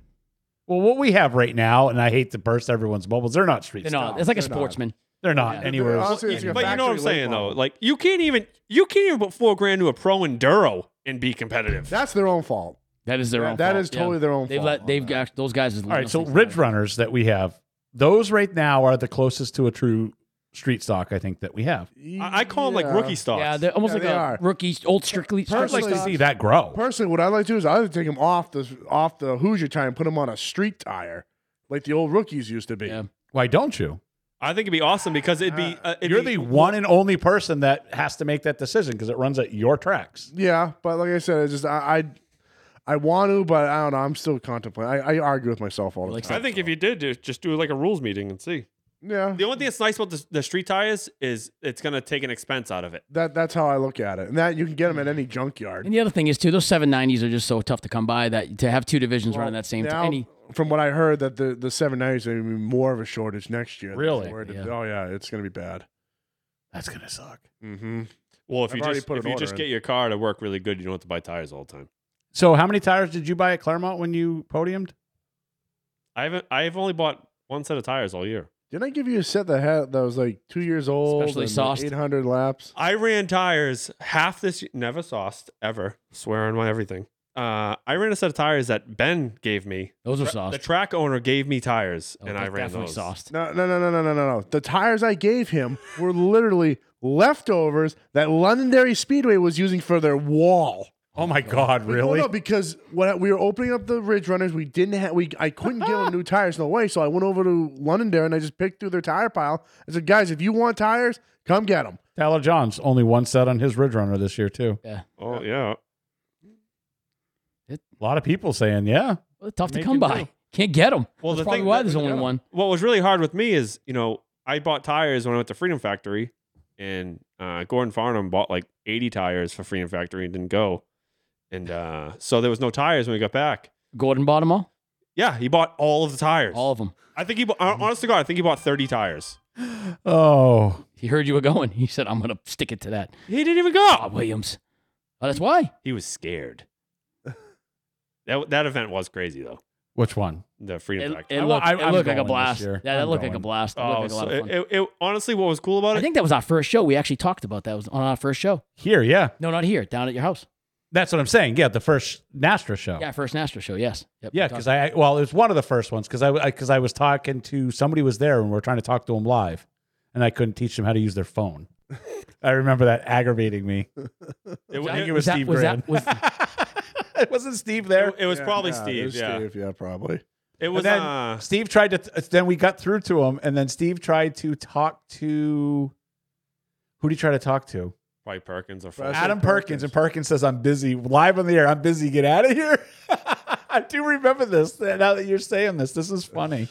S1: Well, what we have right now, and I hate to burst everyone's bubbles, they're not street
S2: They're
S1: stocks.
S2: not. It's like a
S3: They're not.
S2: sportsman.
S1: They're not
S2: Yeah.
S1: anywhere.
S3: They're
S1: as-
S3: honestly, it's like a
S4: but you know what I'm
S3: factory
S4: saying
S3: late model.
S4: though, like you can't even you can't even put four grand to a pro enduro and be competitive.
S3: That's their own fault.
S2: That is their
S3: That-
S2: own.
S3: that
S2: fault.
S3: is totally their own
S2: They've
S3: fault
S2: let
S3: on
S2: they've
S3: that.
S2: got those guys.
S1: All right, so ridge runners that we have, those right now are the closest to a true street stock I think that we have.
S4: I, I call them
S3: Yeah.
S4: like rookie stocks.
S2: Yeah, they're almost
S3: Yeah,
S2: like
S3: they
S2: a
S3: are.
S2: rookie, old strictly.
S1: I'd like
S2: strictly
S1: to
S3: Personally-
S1: see that grow.
S3: Personally, what I like to do is I like to take them off the off the Hoosier tire and put them on a street tire, like the old rookies used to be.
S2: Yeah.
S1: Why don't you?
S4: I think it'd be awesome because it'd be. Uh, it'd
S1: You're
S4: be-
S1: the one and only person that has to make that decision because it runs at your tracks.
S3: Yeah, but like I said, it's just I, I I want to, but I don't know. I'm still contemplating. I, I argue with myself all the
S2: Like
S3: time.
S4: (laughs) I think if you did, do- just do like a rules meeting and see.
S3: Yeah,
S4: The only thing that's nice about the, the street tires is it's gonna take an expense out of it.
S3: that that's how I look at it. And that you can get them at any junkyard.
S2: And the other thing is too, those seven nineties are just so tough to come by that to have two divisions running that same.
S3: Now,
S2: any,
S3: from what I heard, that the the seven ninety is going to be more of a shortage next year. than
S1: Really?
S3: they were to-
S2: Yeah.
S3: Oh yeah, it's going to be bad.
S1: That's gonna suck.
S3: Mm-hmm.
S4: Well, if
S3: I've
S4: you
S3: already
S4: just
S3: put
S4: if
S3: an
S4: you just
S3: order in.
S4: get your car to work really good, you don't have to buy tires all the time.
S1: So, how many tires did you buy at Claremont when you podiumed?
S4: I haven't. I've only bought one set of tires all year.
S3: Didn't I give you a set that had that was like two years old,
S2: Specially sauced.
S3: eight hundred laps?
S4: I ran tires half this year, never sauced ever. Swear on my everything. Uh, I ran a set of tires that Ben gave me.
S2: those are
S4: The
S2: sauced.
S4: track owner gave me tires,
S2: Oh,
S4: and
S2: that's
S4: I ran
S2: definitely
S4: those.
S2: sauced.
S3: No, no, no, no, no, no, no, no. The tires I gave him were literally leftovers that Londonderry Speedway was using for their wall.
S1: Oh my (laughs) god, really?
S3: No, no, because when we were opening up the Ridge Runners, we didn't have we I couldn't give (laughs) them new tires no way. So I went over to Londonderry and I just picked through their tire pile. I said, guys, if you want tires, come get them.
S1: Tyler Johns only one set on his Ridge Runner this year too.
S4: Oh yeah.
S1: A lot of people saying, (gasps) yeah,
S2: Well, tough to
S1: Make
S2: come
S1: it
S2: by.
S1: do.
S2: Can't get them. Well,
S4: Well, the
S2: that's probably
S4: thing
S2: why
S4: that-
S2: there's only one.
S4: What was really hard with me is, you know, I bought tires when I went to Freedom Factory, and uh, Gordon Farnham bought like 80 tires for Freedom Factory and didn't go, and uh, so there was no tires when we got back.
S2: Gordon bought them all.
S4: Yeah, he bought all of the tires.
S2: All of them.
S4: I think he, bought, honest to God, I think he bought 30 tires.
S1: oh,
S2: He heard you were going. He said, "I'm gonna stick it to that."
S4: He didn't even go.
S2: Bob Williams. Oh, that's why.
S4: He
S3: (laughs)
S4: was scared. that that event was crazy though.
S1: which one?
S4: The
S2: It,
S4: Freedom Factory.
S2: it
S1: I-
S2: looked,
S1: I-
S2: it
S1: I'm
S2: looked like
S1: going
S2: a
S1: this
S2: blast. Yeah,
S1: year.
S2: that
S1: I'm
S2: looked like a
S1: going.
S2: blast. It looked
S4: Oh,
S2: like a lot
S4: so
S2: of fun.
S4: it, it, it- honestly, what was cool about
S2: I
S4: it?
S2: think that was our first show. We actually talked about that. It was on our first show.
S1: Here, yeah.
S2: No, not here. Down at your house.
S1: That's what I'm saying. Yeah, the first NASTRA show.
S2: Yeah, first Nastro show. Yes. Yep, we
S1: Oh. Yeah,
S2: talked
S1: because I well, it was one of the first ones because I because I, was talking to somebody was there and we are trying to talk to him live, and I couldn't teach them how to use their phone. I remember that aggravating me.
S4: It,
S1: I think
S4: it-
S1: it was,
S2: that-
S1: Steve
S2: was
S1: Grand.
S2: that- was-
S1: (laughs) it wasn't Steve there.
S4: it- it was probably Steve.
S3: it was
S4: yeah,
S3: Steve, yeah, probably.
S4: it
S1: And
S4: was.
S1: then
S4: uh,
S1: Steve tried to. th- then we got through to him, and then Steve tried to talk to. Who did he try to talk to?
S4: probably Perkins or
S3: Brad-
S4: Fulton.
S1: Adam
S3: Perkins.
S1: Perkins. And Perkins says, "I'm busy." Live on the air. I'm busy. Get out of here. (laughs) I do remember this. Now that you're saying this, this is funny.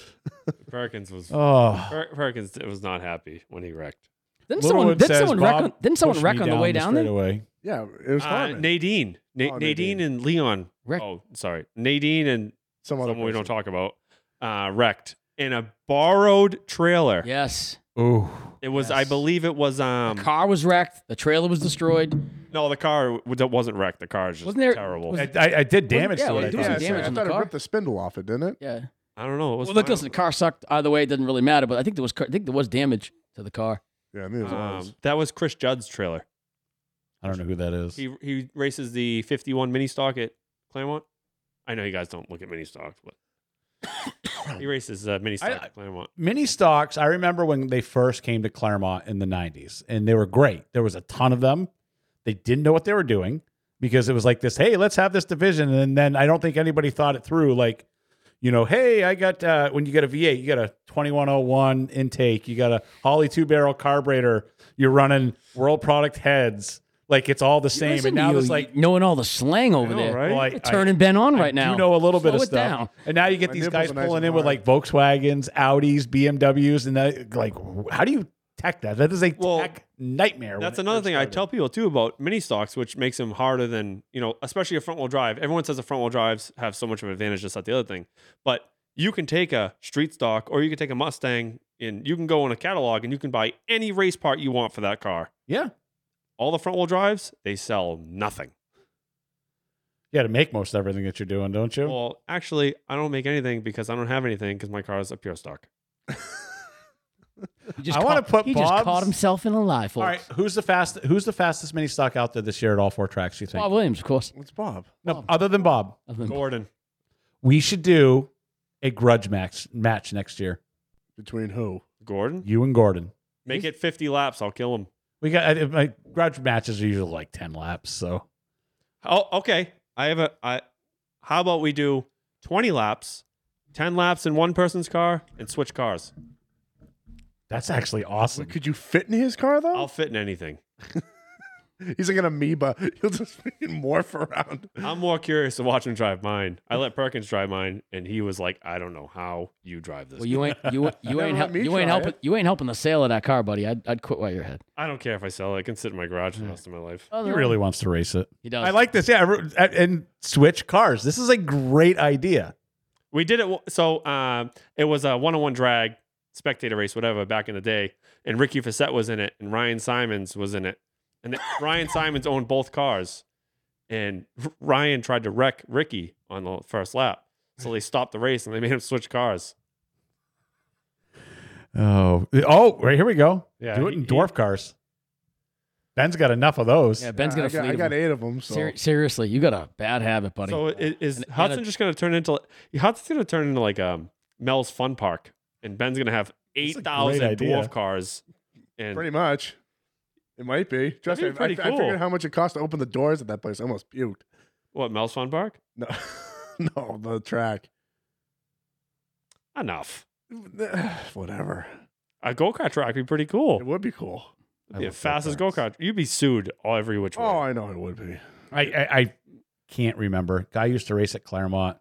S4: Perkins was.
S1: Oh,
S4: Per- Perkins was not happy when he wrecked.
S2: Didn't
S1: Little
S2: someone,
S1: one
S2: didn't
S1: says,
S2: someone wreck
S1: "Bob,
S2: on, didn't someone
S1: push
S2: wreck
S1: me
S2: on the way down there?
S1: straightaway."
S3: Yeah, it was
S4: Uh,
S3: Harmon.
S4: Nadine, Na-
S3: Oh,
S4: Nadine,
S3: Nadine.
S4: and Leon.
S2: Wrecked.
S4: Oh, sorry, Nadine and
S3: Some other
S4: someone we don't
S3: person.
S4: talk about uh, wrecked in a borrowed trailer.
S2: Yes.
S1: Ooh,
S4: It was, I
S2: Yes.
S4: believe, it was. Um,
S2: the car was wrecked. The trailer
S1: Hmm.
S2: was destroyed.
S4: no, the car w- that wasn't wrecked. The car is just
S2: Wasn't there-
S4: terrible.
S2: was-
S1: I, I, I did damage
S2: yeah,
S1: to
S2: well,
S1: it.
S2: do
S1: I
S2: some
S1: thought.
S3: Yeah,
S2: damage
S3: I
S2: on
S3: thought
S2: the
S3: it
S2: car.
S3: ripped the spindle off it, didn't it?
S2: Yeah.
S4: I don't know. It was
S2: Well, look,
S4: fine.
S2: listen, the car sucked either way. It didn't really matter, but I think there was, I think there was damage to the car.
S3: Yeah, I think it was.
S4: Um, that was Chris Judd's trailer.
S1: I don't know who that is.
S4: He he races the 51 mini stock at Claremont. I know you guys don't look at mini stocks, but (coughs) he races uh, mini stock
S1: I-
S4: at Claremont.
S1: Mini stocks. I remember when they first came to Claremont in the '90s, and they were great. There was a ton of them. They didn't know what they were doing because it was like this. Hey, let's have this division, and then I don't think anybody thought it through. Like, you know, hey, I got uh, when you get a V8, you got a 2101 intake, you got a Holly two barrel carburetor, you're running World Product heads. Like it's all the same,
S2: Listen
S1: and
S2: to
S1: now
S2: you,
S1: it's like
S2: knowing all the slang over there.
S4: right?
S1: well, I-
S2: You're
S1: I-
S2: turning Ben on (laughs) right now.
S1: You know a little bit
S2: Slow
S1: of
S2: it
S1: stuff.
S2: down.
S1: And now you get
S3: My
S1: these
S3: nipples
S1: guys
S3: are nice
S1: pulling
S3: and
S1: in with like
S3: hard.
S1: Volkswagens, Audis, BMWs, and that, like, how do you tech that? That is a
S4: Well,
S1: tech nightmare. when
S4: That's
S1: it
S4: another
S1: first
S4: thing I
S1: started.
S4: tell people too about mini stocks, which makes them harder than you know, especially a front wheel drive. Everyone says the front wheel drives have so much of an advantage. That's not the other thing, but you can take a street stock or you can take a Mustang and you can go in a catalog and you can buy any race part you want for that car.
S1: Yeah.
S4: All the front wheel drives they sell nothing.
S1: You got to make most of everything that you're doing, don't you?
S4: Well, actually, I don't make anything because I don't have anything because my car is a pure stock.
S2: He just
S1: I wanna
S2: caught-
S1: put
S2: He
S1: Bob's-
S2: just caught himself in a lie, folks.
S1: all right. Who's the fast? Who's the fastest mini stock out there this year at all four tracks? You think?
S2: Bob Williams, of course.
S3: What's Bob?
S1: no, other than Bob,
S2: Other than-
S4: Gordon,
S1: we should do a grudge match match next year.
S3: Between who?
S4: Gordon,
S1: You and Gordon.
S4: make it 50 laps. I'll kill him.
S1: We got I, my grudge matches are usually like ten laps, so
S4: Oh, okay. I have a. I, how about we do 20 laps, 10 laps in one person's car, and switch cars?
S1: That's actually awesome.
S3: Could you fit in his car though?
S4: I'll fit in anything.
S3: He's like an amoeba. (laughs) He'll just freaking morph around.
S4: I'm more curious to watch him drive mine. I let Perkins drive mine, and he was like, "I don't know how you drive this.
S2: Well, you ain't
S1: (laughs)
S2: you you
S3: let
S2: ain't help,
S3: me
S2: you ain't
S3: try
S2: helping
S3: it.
S2: you ain't helping the sale of that car, buddy. I'd, I'd quit while you're ahead.
S4: I don't care if I sell it. I can sit in my garage for the rest of my life."
S1: He really wants to race it.
S2: he
S4: Oh.
S2: does.
S1: I like this. Yeah, I wrote- and- and switch cars. This is a great idea.
S4: We did it. w- So um, it was a one-on-one drag spectator race, whatever, back in the day. And Ricky Facette was in it, and Ryan Simons was in it,
S1: (laughs)
S4: and the- Ryan Simons owned both cars. And R- Ryan tried to wreck Ricky on the first lap, so they stopped the race and they made him switch cars.
S1: Oh, oh, right here we go.
S4: Yeah,
S1: do it in
S4: he-
S1: dwarf cars. Ben's got enough of those.
S2: Yeah, Ben's
S3: I
S2: gonna
S3: got,
S2: flee.
S3: I got eight of them. So
S2: Ser- seriously, you got a bad habit, buddy.
S4: So i- is
S2: And- and
S4: Hudson
S2: a-
S4: just going to turn into Hudson's going to turn into like um Mel's Fun Park, and Ben's going to have
S1: That's a
S4: eight
S1: great
S4: thousand
S1: idea.
S4: dwarf cars, and
S3: pretty much, it might be. Trust
S4: be
S3: me, I,
S4: pretty
S3: I, I
S4: cool.
S3: figured how much it cost to open the doors at that place. I almost puked.
S4: what Mel's Fun Park?
S3: No, (laughs) no, the track. (sighs)
S4: Enough.
S3: Whatever.
S4: A go kart track would be pretty cool.
S3: It would be cool.
S1: I
S4: It'd be the
S1: love go-karts.
S4: fastest go kart. You'd be sued all every which way.
S3: Oh, I know it would be.
S1: I, I I can't remember. Guy used to race at Claremont.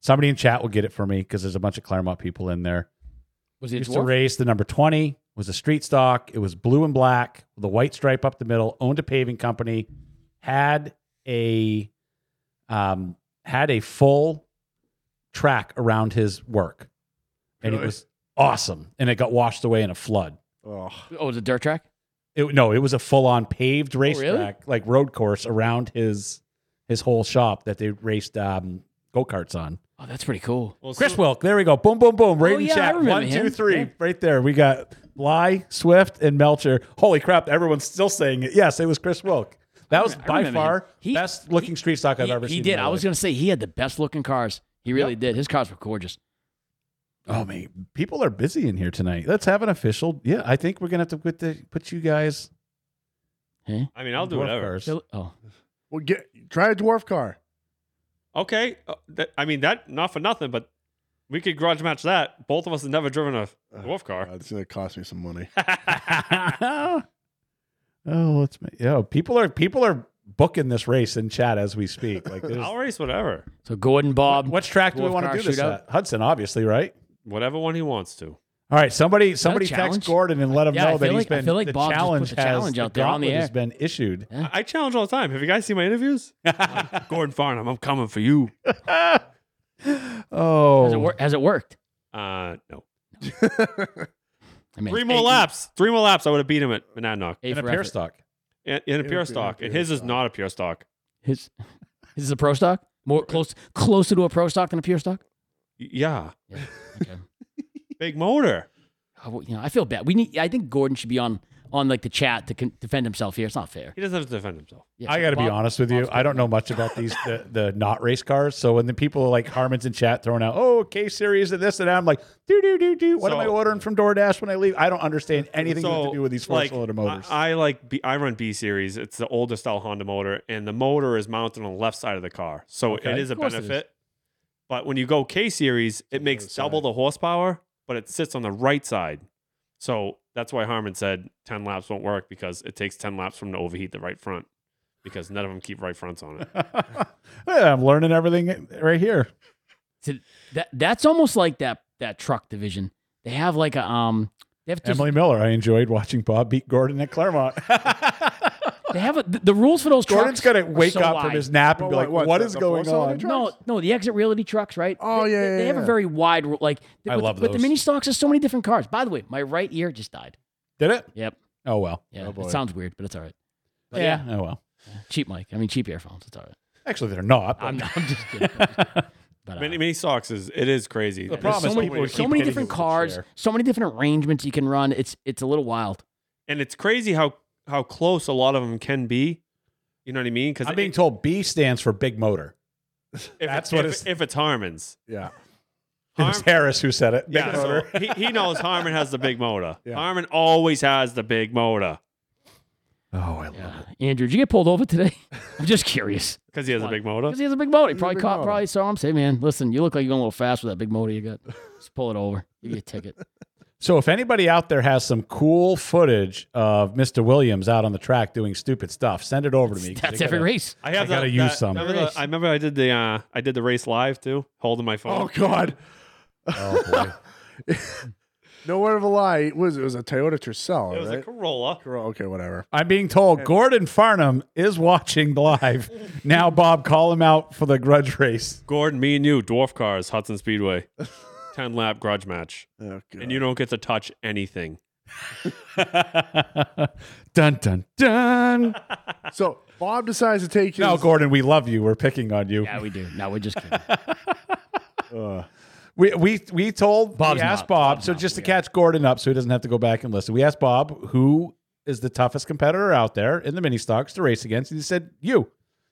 S1: Somebody in chat will get it for me because there's a bunch of Claremont people in there.
S2: was he a
S1: used to
S2: dwarf?
S1: race the number 20 was a street stock it was blue and black with a white stripe up the middle owned a paving company had a um had a full track around his work and it
S3: Really?
S1: was awesome and it got washed away in a flood
S3: Oh,
S2: oh, it was a dirt track.
S1: it, no it was a full-on paved
S2: really?
S1: racetrack like road course around his his whole shop that they raced um go-karts on
S2: Oh, that's pretty cool.
S4: Well,
S1: Chris
S4: so-
S1: Wilk, there we go. Boom, boom, boom. Right
S2: Oh,
S1: in
S2: yeah, I
S1: chat.
S2: remember
S1: One, two,
S2: him.
S1: three.
S2: Yeah.
S1: Right there. We got Bly, Swift, and Melcher. Holy crap. Everyone's still saying it. Yes, it was Chris Wilk. That was
S2: I
S1: by
S2: remember him.
S1: far
S2: He-
S1: best looking street stock I've
S2: he,
S1: ever
S2: he
S1: seen. in
S2: did.
S1: my
S2: I was
S1: life.
S2: gonna say he had the best looking cars. He really did. His cars were gorgeous.
S1: Oh man, people are busy in here tonight. Let's have an official. Yeah, I think we're gonna have to put the put you guys.
S4: I mean, I'll
S1: in
S4: do
S1: dwarf
S4: whatever.
S1: (laughs) cars.
S2: Oh,
S3: well, get try a dwarf car.
S4: Okay. Uh, that- I mean, that not for nothing, but we could garage match that. Both of us have never driven a dwarf car.
S3: Uh, it's gonna cost me some
S4: (laughs)
S3: money.
S1: oh, let's make. Yo, people are people are booking this race in chat as we speak. Like,
S2: (laughs)
S1: there's-
S4: I'll race whatever,
S2: so Gordon Bob.
S1: what track do we
S2: um, dwarf
S1: want to
S2: car
S1: do this?
S2: shootout?
S1: At? Hudson, obviously, right?
S4: whatever one he wants to.
S1: All right, somebody somebody text
S2: challenge?
S1: Gordon and let him
S2: Yeah, I
S1: know that
S2: feel
S1: he's
S2: like- I
S1: been
S2: feel like
S1: the
S2: Bob just put
S1: challenge
S2: the
S1: has
S2: challenge out there on the
S1: gauntlet has
S2: air.
S1: been issued.
S2: Huh?
S4: I I challenge all the time. Have you guys seen my interviews? Gordon Farnham, I'm coming for you.
S2: Has it,
S1: oh,
S2: wor- has it worked?
S4: Uh, no.
S2: I mean,
S4: Three more
S2: eight-
S4: laps. Three more laps. I would have beat him at Monadnock.
S2: eight
S1: in a
S2: for
S1: pair
S2: effort.
S1: stock.
S4: In, in a
S3: would
S4: pure
S3: be a
S4: stock. And
S3: pure
S4: his is
S3: stock.
S4: not a pure stock.
S2: His, (laughs) his is a pro stock. More close closer to a pro stock than a pure stock.
S4: Y- Yeah.
S1: (laughs)
S2: Okay.
S4: Big motor.
S2: Oh, well, you know, I feel bad. We need. I think Gordon should be on on like the chat to con- defend himself here. It's not fair.
S4: He doesn't have to defend himself.
S2: Yeah,
S1: I got to be
S2: Bob-
S1: honest with you.
S2: Bob's
S1: I don't know much about these the, the not race cars. So when the people are like Harmon's in chat throwing out, oh, K series and this and that, I'm like, do do do do. What am I
S4: So-
S1: ordering from DoorDash when I leave? I don't understand anything
S4: So,
S1: to do with these four
S4: like,
S1: cylinder motors.
S4: I, I like B, I run B series. It's the oldest style Honda motor, and the motor is mounted on the left side of the car, so it
S1: Okay.
S4: is a
S2: Of course it is.
S4: benefit. But when you go K series, it makes
S3: other
S4: double the horsepower, but it sits on the right side. So that's why Harmon said ten laps won't work because it takes ten laps from to overheat the right front because none of them keep right fronts
S1: (laughs)
S4: on it.
S1: yeah, I'm learning everything right here.
S2: to- that that's almost like that that truck division. They have like a um. They have, just,
S1: Emily Miller, I enjoyed watching Bob beat Gordon at
S2: (laughs)
S1: Claremont.
S2: they have a, the, the rules for those
S1: Gordon's
S2: trucks.
S1: gonna
S2: are
S1: wake
S2: so
S1: up
S2: wide.
S1: from his nap and
S3: Well,
S1: be like,
S3: what- what,
S1: "What
S3: the-
S1: is
S3: the
S1: going
S3: four-cylinder
S1: on?"
S3: truck?
S2: No, no, the exit reality trucks, right?
S3: Oh,
S2: They-
S3: yeah,
S2: they,
S3: yeah,
S2: they have a
S3: yeah.
S2: very wide ru- like.
S1: I
S2: with,
S1: love
S2: with the
S1: those.
S2: mini stocks. There's so many different cars. By the way, my right ear just died.
S1: Did it?
S2: Yep.
S1: Oh well.
S2: Yeah,
S3: Oh, boy.
S2: it sounds weird, but it's all right. But
S1: yeah. Oh well.
S2: cheap mic. I mean, cheap earphones. It's all right.
S1: Actually, they're not.
S2: I'm,
S1: but- (laughs)
S2: I'm just (laughs) kidding. But, uh,
S4: Many many socks is it is crazy.
S1: The
S4: There's
S1: problem
S2: so
S1: is
S2: many,
S1: people would
S2: so
S1: keep
S2: many
S1: hitting
S2: different
S1: it with the
S2: cars,
S1: chair.
S2: so many different arrangements you can run. It's it's a little wild.
S4: and it's crazy how how close a lot of them can be. You know what I mean? Because
S1: I'm being told B stands for big motor. that's what
S4: if,
S1: it's-
S4: if it's Harmon's.
S3: Yeah.
S1: It was
S4: Harm-
S1: (laughs) Harris who said it. Big
S4: Yeah, so
S1: motor.
S4: he, he knows Harmon has the big motor.
S3: Yeah.
S4: Harmon always has the big motor
S1: Oh, I love
S2: Yeah. Uh, Andrew, did you get pulled over today? (laughs) I'm just curious
S4: because he has a big motor.
S2: because he has a big motor. He
S3: He's a
S2: probably
S3: big
S2: caught,
S3: motor.
S2: (laughs) probably saw him. Say, man, listen, you look like you're going a little fast with that big motor you got. Just pull it over. Give you a ticket.
S1: it. So if anybody out there has some cool footage of Mr. Williams out on the track doing stupid stuff, send it over to me. 'cause
S2: That's
S1: I
S2: every
S1: gotta-
S2: race.
S4: I have
S1: I gotta
S4: that-
S1: use
S4: that-
S1: some.
S4: Remember the- I remember I did the uh, I did the race live too, holding my phone.
S3: Oh God!
S1: Oh, boy.
S3: (laughs) No word of a lie. It was it was a Toyota Tercel,
S4: it was
S3: right?
S4: a Corolla.
S3: Corolla, okay, whatever.
S1: I'm being told Gordon Farnham is watching live. Now, Bob, call him out for the grudge race.
S4: Gordon, me and you, dwarf cars, Hudson Speedway, ten lap grudge match,
S3: Oh, God.
S4: and you don't get to touch anything.
S1: dun, dun, dun.
S3: so Bob decides to take his.
S1: No, Gordon, we love you. We're picking on you.
S2: Yeah, we do. No, we're just kidding.
S3: Uh,
S1: We, we, we told,
S2: Bob's
S1: we asked
S2: not.
S1: Bob,
S2: Bob's
S1: so
S2: not.
S1: just to
S2: Yeah.
S1: catch Gordon up so he doesn't have to go back and listen, we asked Bob who is the toughest competitor out there in the mini stocks to race against. And he said, you.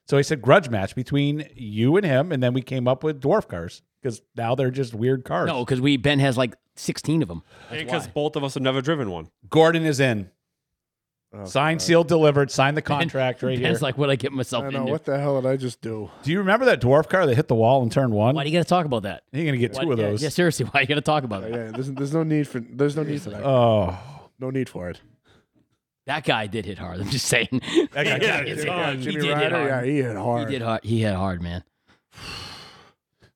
S1: So he said, grudge match between you and him. And then we came up with dwarf cars because now they're just weird cars.
S2: (laughs) no, because we Ben has like sixteen of them.
S4: Because
S2: why.
S4: both of us have never driven one.
S1: Gordon is in.
S3: oh,
S1: Signed,
S3: God.
S1: sealed, delivered. Signed the contract right here.
S2: (laughs) Ben's like, what I get
S3: I
S2: myself
S3: don't
S2: into.
S3: know what the hell did I just do?
S1: Do you remember that dwarf car that hit the wall and turned one?
S2: Why do you got to talk about that?
S1: You're going to get two
S2: Why-
S1: of
S2: yeah,
S1: those.
S2: Yeah, seriously, (laughs) why you got to talk about
S3: Uh,
S2: that?
S3: yeah, there's, there's no need for there's no need for that.
S1: Oh,
S3: No need for it.
S2: That guy did hit hard. I'm just saying.
S1: that
S2: (laughs)
S1: guy
S4: Yeah,
S2: He
S4: it's
S2: did-
S4: on.
S2: he
S3: Jimmy
S2: did hit
S3: Ryder, yeah,
S2: hard.
S3: he hit hard.
S2: He did hard. He hit hard, man.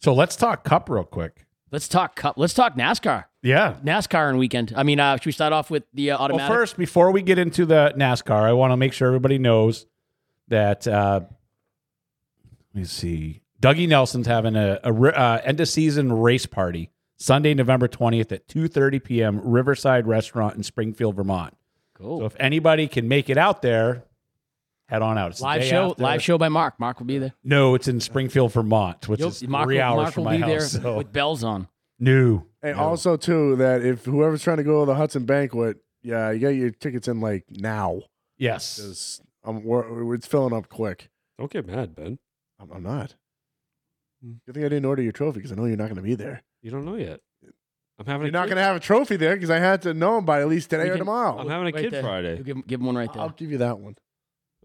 S1: So let's talk cup real quick.
S2: Let's talk cup. Let's talk NASCAR.
S1: Yeah.
S2: NASCAR and weekend. I mean, uh, should we start off with the uh,
S1: Well,
S2: automatic?
S1: first, before we get into the NASCAR, I want to make sure everybody knows that. Uh, let me see. Dougie Nelson's having a, a ri- uh, end of season race party Sunday, November twentieth at two thirty p.m. Riverside Restaurant in Springfield, Vermont.
S2: cool.
S1: So if anybody can make it out there, head on out. It's the
S2: live
S1: day
S2: show.
S1: after-
S2: Live show by Mark. Mark will be there.
S1: No, it's in Springfield, Vermont, which
S2: You'll-
S1: is three
S2: will-
S1: hours
S2: Mark
S1: from
S2: will
S1: my
S2: be
S1: house.
S2: there
S1: So
S2: with bells on.
S1: new.
S3: And
S1: No.
S3: also too that if whoever's trying to go to the Hudson Banquet, yeah, you got your tickets in like now
S1: yes.
S3: because I'm we're, we're- it's filling up quick.
S4: Don't get mad, Ben.
S3: I'm, I'm not. Good thing I didn't order your trophy because I know you're not going to be there.
S4: You don't know yet. I'm having.
S3: You're
S4: a
S3: not
S4: kid.
S3: going to have a trophy there because I had to know him by at least today
S2: We
S3: or
S2: can-
S3: tomorrow.
S4: I'm having a
S2: Right
S4: kid
S2: there.
S4: Friday.
S2: You give, give him one right there.
S3: I'll give you that one.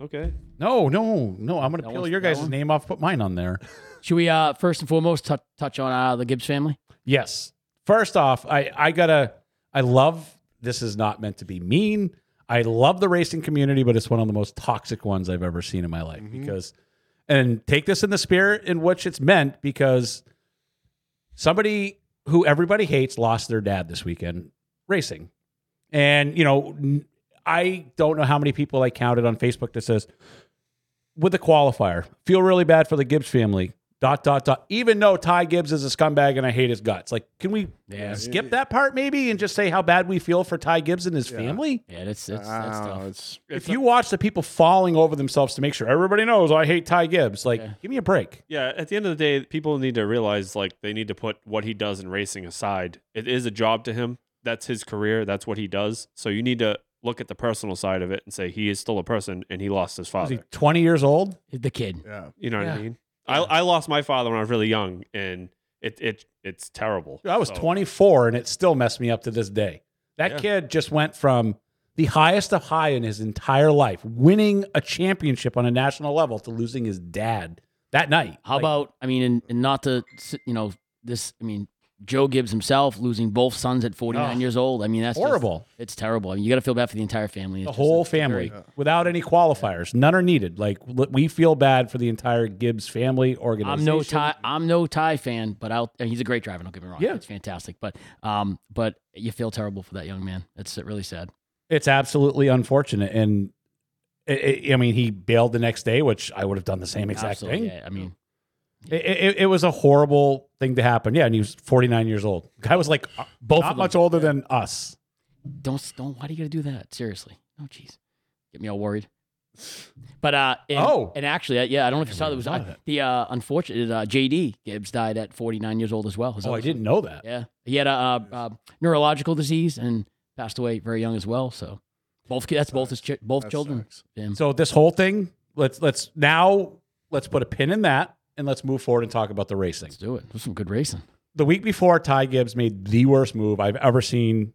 S4: Okay.
S1: No, no, no. I'm going
S2: That
S1: to peel
S2: one's-
S1: your
S2: that
S1: guys'
S2: one?
S1: name off, put mine on there.
S2: Should we uh, first and foremost tou- touch on uh, the Gibbs family?
S1: Yes. First off, I I gotta I love this is not meant to be mean. I love the racing community, but it's one of the most toxic ones I've ever seen in my life because and take this in the spirit in which it's meant because somebody who everybody hates lost their dad this weekend racing. And you know, n- I don't know how many people I counted on Facebook that says with the qualifier, feel really bad for the Gibbs family. Dot dot dot. Even though Ty Gibbs is a scumbag and I hate his guts, like, can we
S2: Yeah.
S1: skip that part maybe and just say how bad we feel for Ty Gibbs and his family?
S2: Yeah, that's that's,
S3: I
S2: that's
S3: don't know,
S2: tough.
S3: it's-
S1: If you watch the people falling over themselves to make sure everybody knows I hate Ty Gibbs, like, give me a break.
S4: Yeah, at the end of the day, people need to realize like they need to put what he does in racing aside. It is a job to him. That's his career. That's what he does. So you need to look at the personal side of it and say he is still a person and he lost his
S1: Is he
S4: father.
S1: 20 years old?
S2: The kid.
S3: yeah.
S4: You know what
S1: Yeah.
S4: I mean? I, I lost my father when I was really young and it it it's terrible.
S1: Dude, I was
S4: So,
S1: 24 and it still messed me up to this day. That
S4: Yeah.
S1: kid just went from the highest of high in his entire life, winning a championship on a national level, to losing his dad that night.
S2: How
S1: Like,
S2: about I mean, and, and not to s- you know this. I mean, Joe Gibbs himself losing both sons at 49
S1: Ugh.
S2: years old. I mean, that's just-
S1: horrible?
S2: it's terrible. I mean, you got to feel bad for the entire family. It's
S1: The
S2: just-
S1: whole
S2: it's very-
S1: family without any qualifiers. None are needed. Like l- we feel bad for the entire Gibbs family organization.
S2: I'm no Ty. I'm no Ty fan, but I'll. and He's a great driver. Don't get me wrong.
S1: Yeah.
S2: it's fantastic. But um, but you feel terrible for that young man. It's really sad.
S1: It's absolutely unfortunate, and it, it, I mean, he bailed the next day, which I would have done the same exact
S2: Absolutely,
S1: thing.
S2: Yeah, I mean,
S1: It, it, it was a horrible thing to happen. Yeah, and he was 49 years old. Guy was like uh,
S2: Both
S1: not
S2: of them.
S1: much older than us.
S2: don't don't. Why do you got to do that? Seriously. Oh, jeez. Get me all worried. But uh, and,
S1: Oh.
S2: and actually, uh, yeah, I don't know if you saw that was
S1: saw
S2: uh,
S1: that.
S2: the uh, unfortunate uh, JD Gibbs died at 49 years old as well. His
S1: Oh,
S2: other
S1: I
S2: son.
S1: didn't know that.
S2: Yeah, he had a uh, uh, neurological disease and passed away very young as well. So both ki- that's both his chi- both
S3: that
S2: children.
S3: sucks.
S2: Damn.
S1: So this whole thing, let's let's now let's put a pin in that and let's move forward and talk about the racing.
S2: Let's do it. This is some good racing.
S1: The week before, Ty Gibbs made the worst move I've ever seen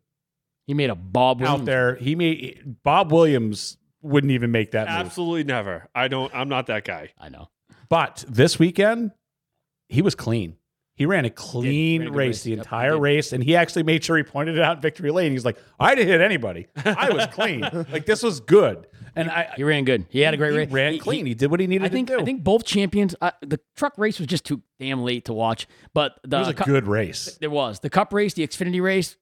S2: He made a Bob
S1: out
S2: Williams.
S1: there. He made Bob Williams wouldn't even make that move.
S4: Absolutely never. I don't I'm not that guy.
S2: I know.
S1: But this weekend, he was clean. He ran a clean
S2: ran a good
S1: race,
S2: race.
S1: the
S2: Yep, he
S1: entire
S2: did.
S1: race, and he actually made sure he pointed it out in victory lane. He's like, I didn't hit anybody. I was
S2: (laughs)
S1: clean. like this was good, and I
S2: He ran good. He had a great
S1: he
S2: race.
S1: ran
S2: He-
S1: clean. He, did what he needed
S2: I think
S1: to do.
S2: I think both champions. Uh, the truck race was just too damn late to watch. But the
S1: it was a
S2: cu-
S1: good race.
S2: there was the Cup race, the Xfinity race.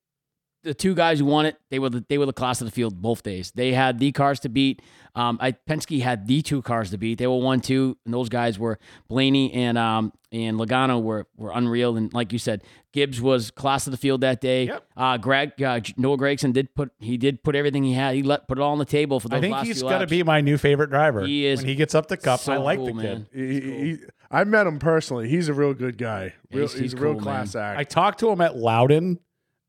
S2: The two guys who won it, they were the, they were the class of the field both days. They had the cars to beat. Um, I Penske had the two cars to beat. They were one two, and those guys were Blaney and um and Logano were were unreal. And like you said, Gibbs was class of the field that day.
S1: Yep.
S2: Uh, Greg uh, J- Noah Gregson did put he did put everything he had. He let put it all on the table for those
S1: I think
S2: last
S1: he's
S2: few
S1: got to
S2: laps.
S1: be my new favorite driver.
S2: He is
S1: When he gets up the cup,
S2: so
S1: I like
S2: cool,
S1: the kid.
S2: man.
S3: He- he- he- I met him personally. He's a real good guy. Real,
S2: he's-
S3: he's,
S2: he's
S3: a real
S2: cool,
S3: class
S1: I
S3: act.
S1: talked to him at Loudon,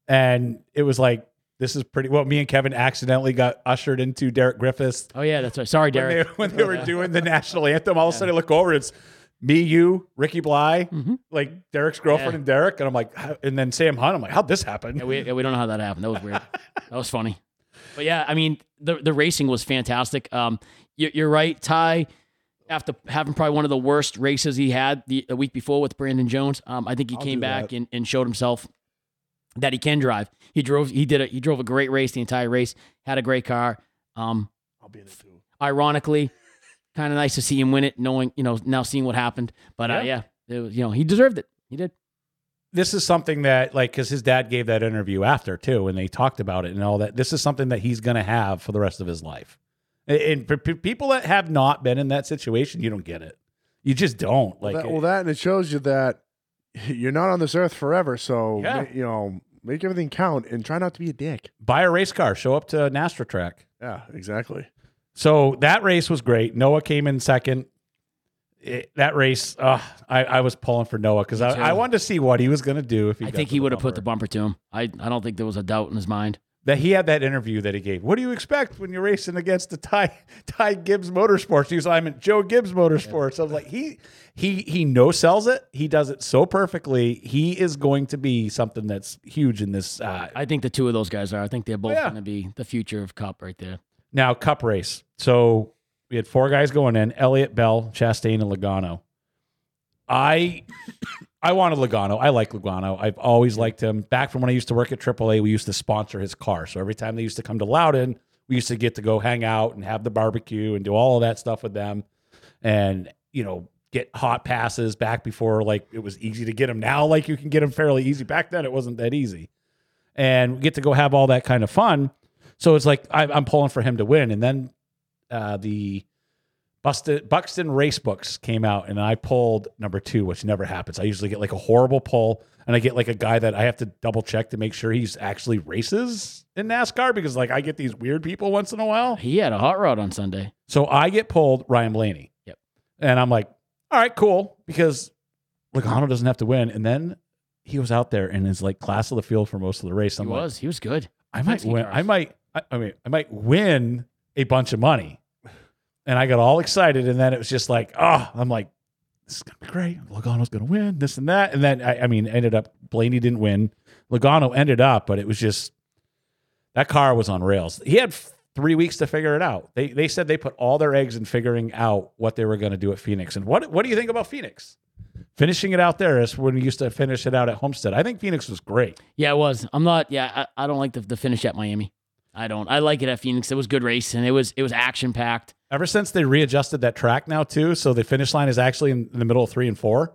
S1: and it was like this is pretty. Well, me and Kevin accidentally got ushered into Derek Griffiths
S2: Oh yeah, that's right. Sorry,
S1: when they,
S2: Derek.
S1: when they were doing the national anthem. All of a sudden, I look over, it's me, you, Ricky Bly,
S3: Mm-hmm.
S2: Mhm.
S1: like Derek's girlfriend,
S2: Yeah.
S1: and Derek, and I'm like, "How-" and then Sam Hunt. I'm like, how'd this happen?
S2: Yeah, we, yeah, we don't know how that happened. That
S1: (laughs)
S2: was weird. that was funny. But yeah, I mean, the the racing was fantastic. Um, you, you're right, Ty. After having probably one of the worst races he had the, the week before with Brandon Jones, um, I think he
S1: I'll
S2: came
S1: do
S2: back
S1: that.
S2: and, and showed himself that he can drive. He drove. He did. A, he drove a great race the entire race. Had a great car. Um,
S3: I'll be in it too.
S1: (laughs)
S2: ironically, kind of nice to see him win it, knowing you know now seeing what happened. But uh, yeah,
S1: Yeah.
S2: it was, you know he deserved it. He did.
S1: This is something that, like, because his dad gave that interview after too, and they talked about it and all that. This is something that he's going to have for the rest of his life. And- And for pe- people that have not been in that situation, you don't get it. You just don't. Like,
S3: That- well, that and it shows you that (laughs) you're not on this earth forever. So
S1: Yeah.
S3: ma- you know, make everything count and try not to be a dick.
S1: buy a race car, show up to a NASTRA track.
S3: Yeah, exactly.
S1: So that race was great. Noah came in second. It- that race, uh, I, I was pulling for Noah because
S2: too.
S1: I, I wanted to see what he was going to do if he.
S2: I
S1: got
S2: think
S1: to
S2: he
S1: the
S2: would have put the
S1: bumper.
S2: bumper to him. I I don't think there was a doubt in his mind.
S1: that he had that interview that he gave. What do you expect when you're racing against the Ty Ty Gibbs Motorsports? He was, I'm at Joe Gibbs Motorsports. I was like, he he he no sells it. He does it so perfectly. He is going to be something that's huge in this. Uh,
S2: I think the two of those guys are. I think they're both
S1: Yeah.
S2: going to be the future of Cup right there.
S1: Now, cup race. So we had four guys going in: Elliott, Bell, Chastain, and Logano. I I wanted Logano. I like Logano. I've always liked him. Back from when I used to work at AAA, we used to sponsor his car. So every time they used to come to Loudon, we used to get to go hang out and have the barbecue and do all of that stuff with them, and you know get hot passes back before like it was easy to get them. Now like you can get them fairly easy. Back then it wasn't that easy, and we get to go have all that kind of fun. So it's like I, I'm pulling for him to win, and then uh, the Buxton, Buxton race books came out, and I pulled number two, which never happens. I usually get like a horrible pull, and I get like a guy that I have to double check to make sure he's actually races in NASCAR because like I get these weird people once in a while.
S2: He had a hot rod on Sunday.
S1: So I get pulled Ryan Blaney.
S2: Yep.
S1: And I'm like, all right, cool, because Logano doesn't have to win, and then. He was out there and is like class of the field for most of the race.
S2: He
S1: I'm like,
S2: was. He was good.
S1: I might
S2: Penske
S1: win.
S2: cars.
S1: I might. I, I mean, I might win a bunch of money. And I got all excited, and then it was just like, oh, I'm like, this is gonna be great. Logano's gonna win this and that, and then I, I mean, ended up Blaney didn't win. Logano ended up, but it was just that car was on rails. He had f- three weeks to figure it out. They they said they put all their eggs in figuring out what they were gonna do at Phoenix. And what what do you think about Phoenix? Finishing it out there is when we used to finish it out at Homestead. I think Phoenix was great.
S2: Yeah, it was. I'm not. Yeah, I, I don't like the, the finish at Miami. I don't. I like it at Phoenix. It was good race and it was it was action packed.
S1: Ever since they readjusted that track now too, so the finish line is actually in, in the middle of three and four.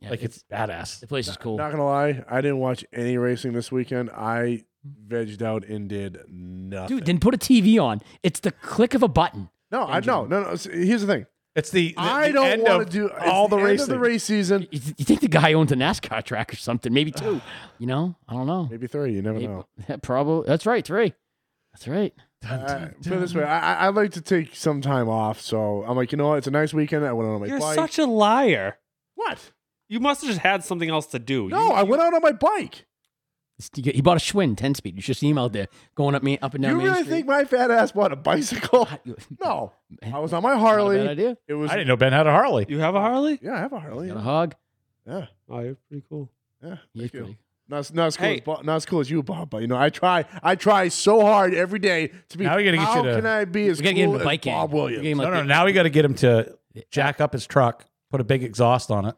S2: Yeah,
S1: like it's, badass.
S2: the place is cool.
S3: Not gonna lie, I didn't watch any racing this weekend. I vegged out and did nothing.
S2: Dude, then put a TV on. It's the click of a button.
S3: no, I no, no, no. see, Here's the thing.
S1: It's the, the
S3: I
S1: the
S3: don't
S1: end
S3: want
S1: of
S3: to do it's
S1: all the,
S3: end
S1: racing.
S3: of the
S2: (laughs)
S3: race season.
S2: You, you think the guy owns a NASCAR track or something? Maybe
S3: (sighs)
S2: two. you know? I don't know.
S3: Maybe three. You never
S2: Maybe- (laughs)
S3: know.
S2: probably. That's right. Three. That's right.
S1: Dun, dun,
S3: I, put it
S1: dun.
S3: this way, I, I- I like to take some time off, so I'm like, you know what? It's a nice weekend. I went out on my
S4: You're
S3: bike.
S4: such a liar.
S3: what?
S4: You must have just had something else to do.
S3: No,
S4: You-
S3: I went out on my bike.
S2: It's- you get- He bought a Schwinn 10 speed. You should see him out there going up me up and down
S3: You
S2: Main
S3: really
S2: Street.
S3: think my fat ass bought
S2: (laughs)
S3: a bicycle?
S2: You-
S3: No, I was on my
S2: not a bad
S3: Harley.
S2: idea.
S3: It was.
S1: I didn't know Ben had a Harley.
S4: you have a Harley?
S3: Yeah, I have a Harley.
S2: Got a
S3: Yeah,
S2: hog.
S3: yeah.
S4: Oh, you're pretty cool.
S3: yeah.
S2: He's
S3: Thank you.
S2: pretty-
S3: Not as, not as cool
S4: Hey.
S3: as Bob, not as cool as you, Bob. But you know, I try I try so hard every day to be.
S1: Now we gotta get you
S3: how
S1: to-
S3: can I be
S2: We
S3: as
S2: gotta
S3: cool
S2: get him a
S3: as
S2: bike gang.
S3: Bob
S2: We gotta get
S3: Williams?
S2: him
S1: no,
S2: like
S1: no,
S2: the-
S1: Now we got to get him to jack up his truck, put a big exhaust on it.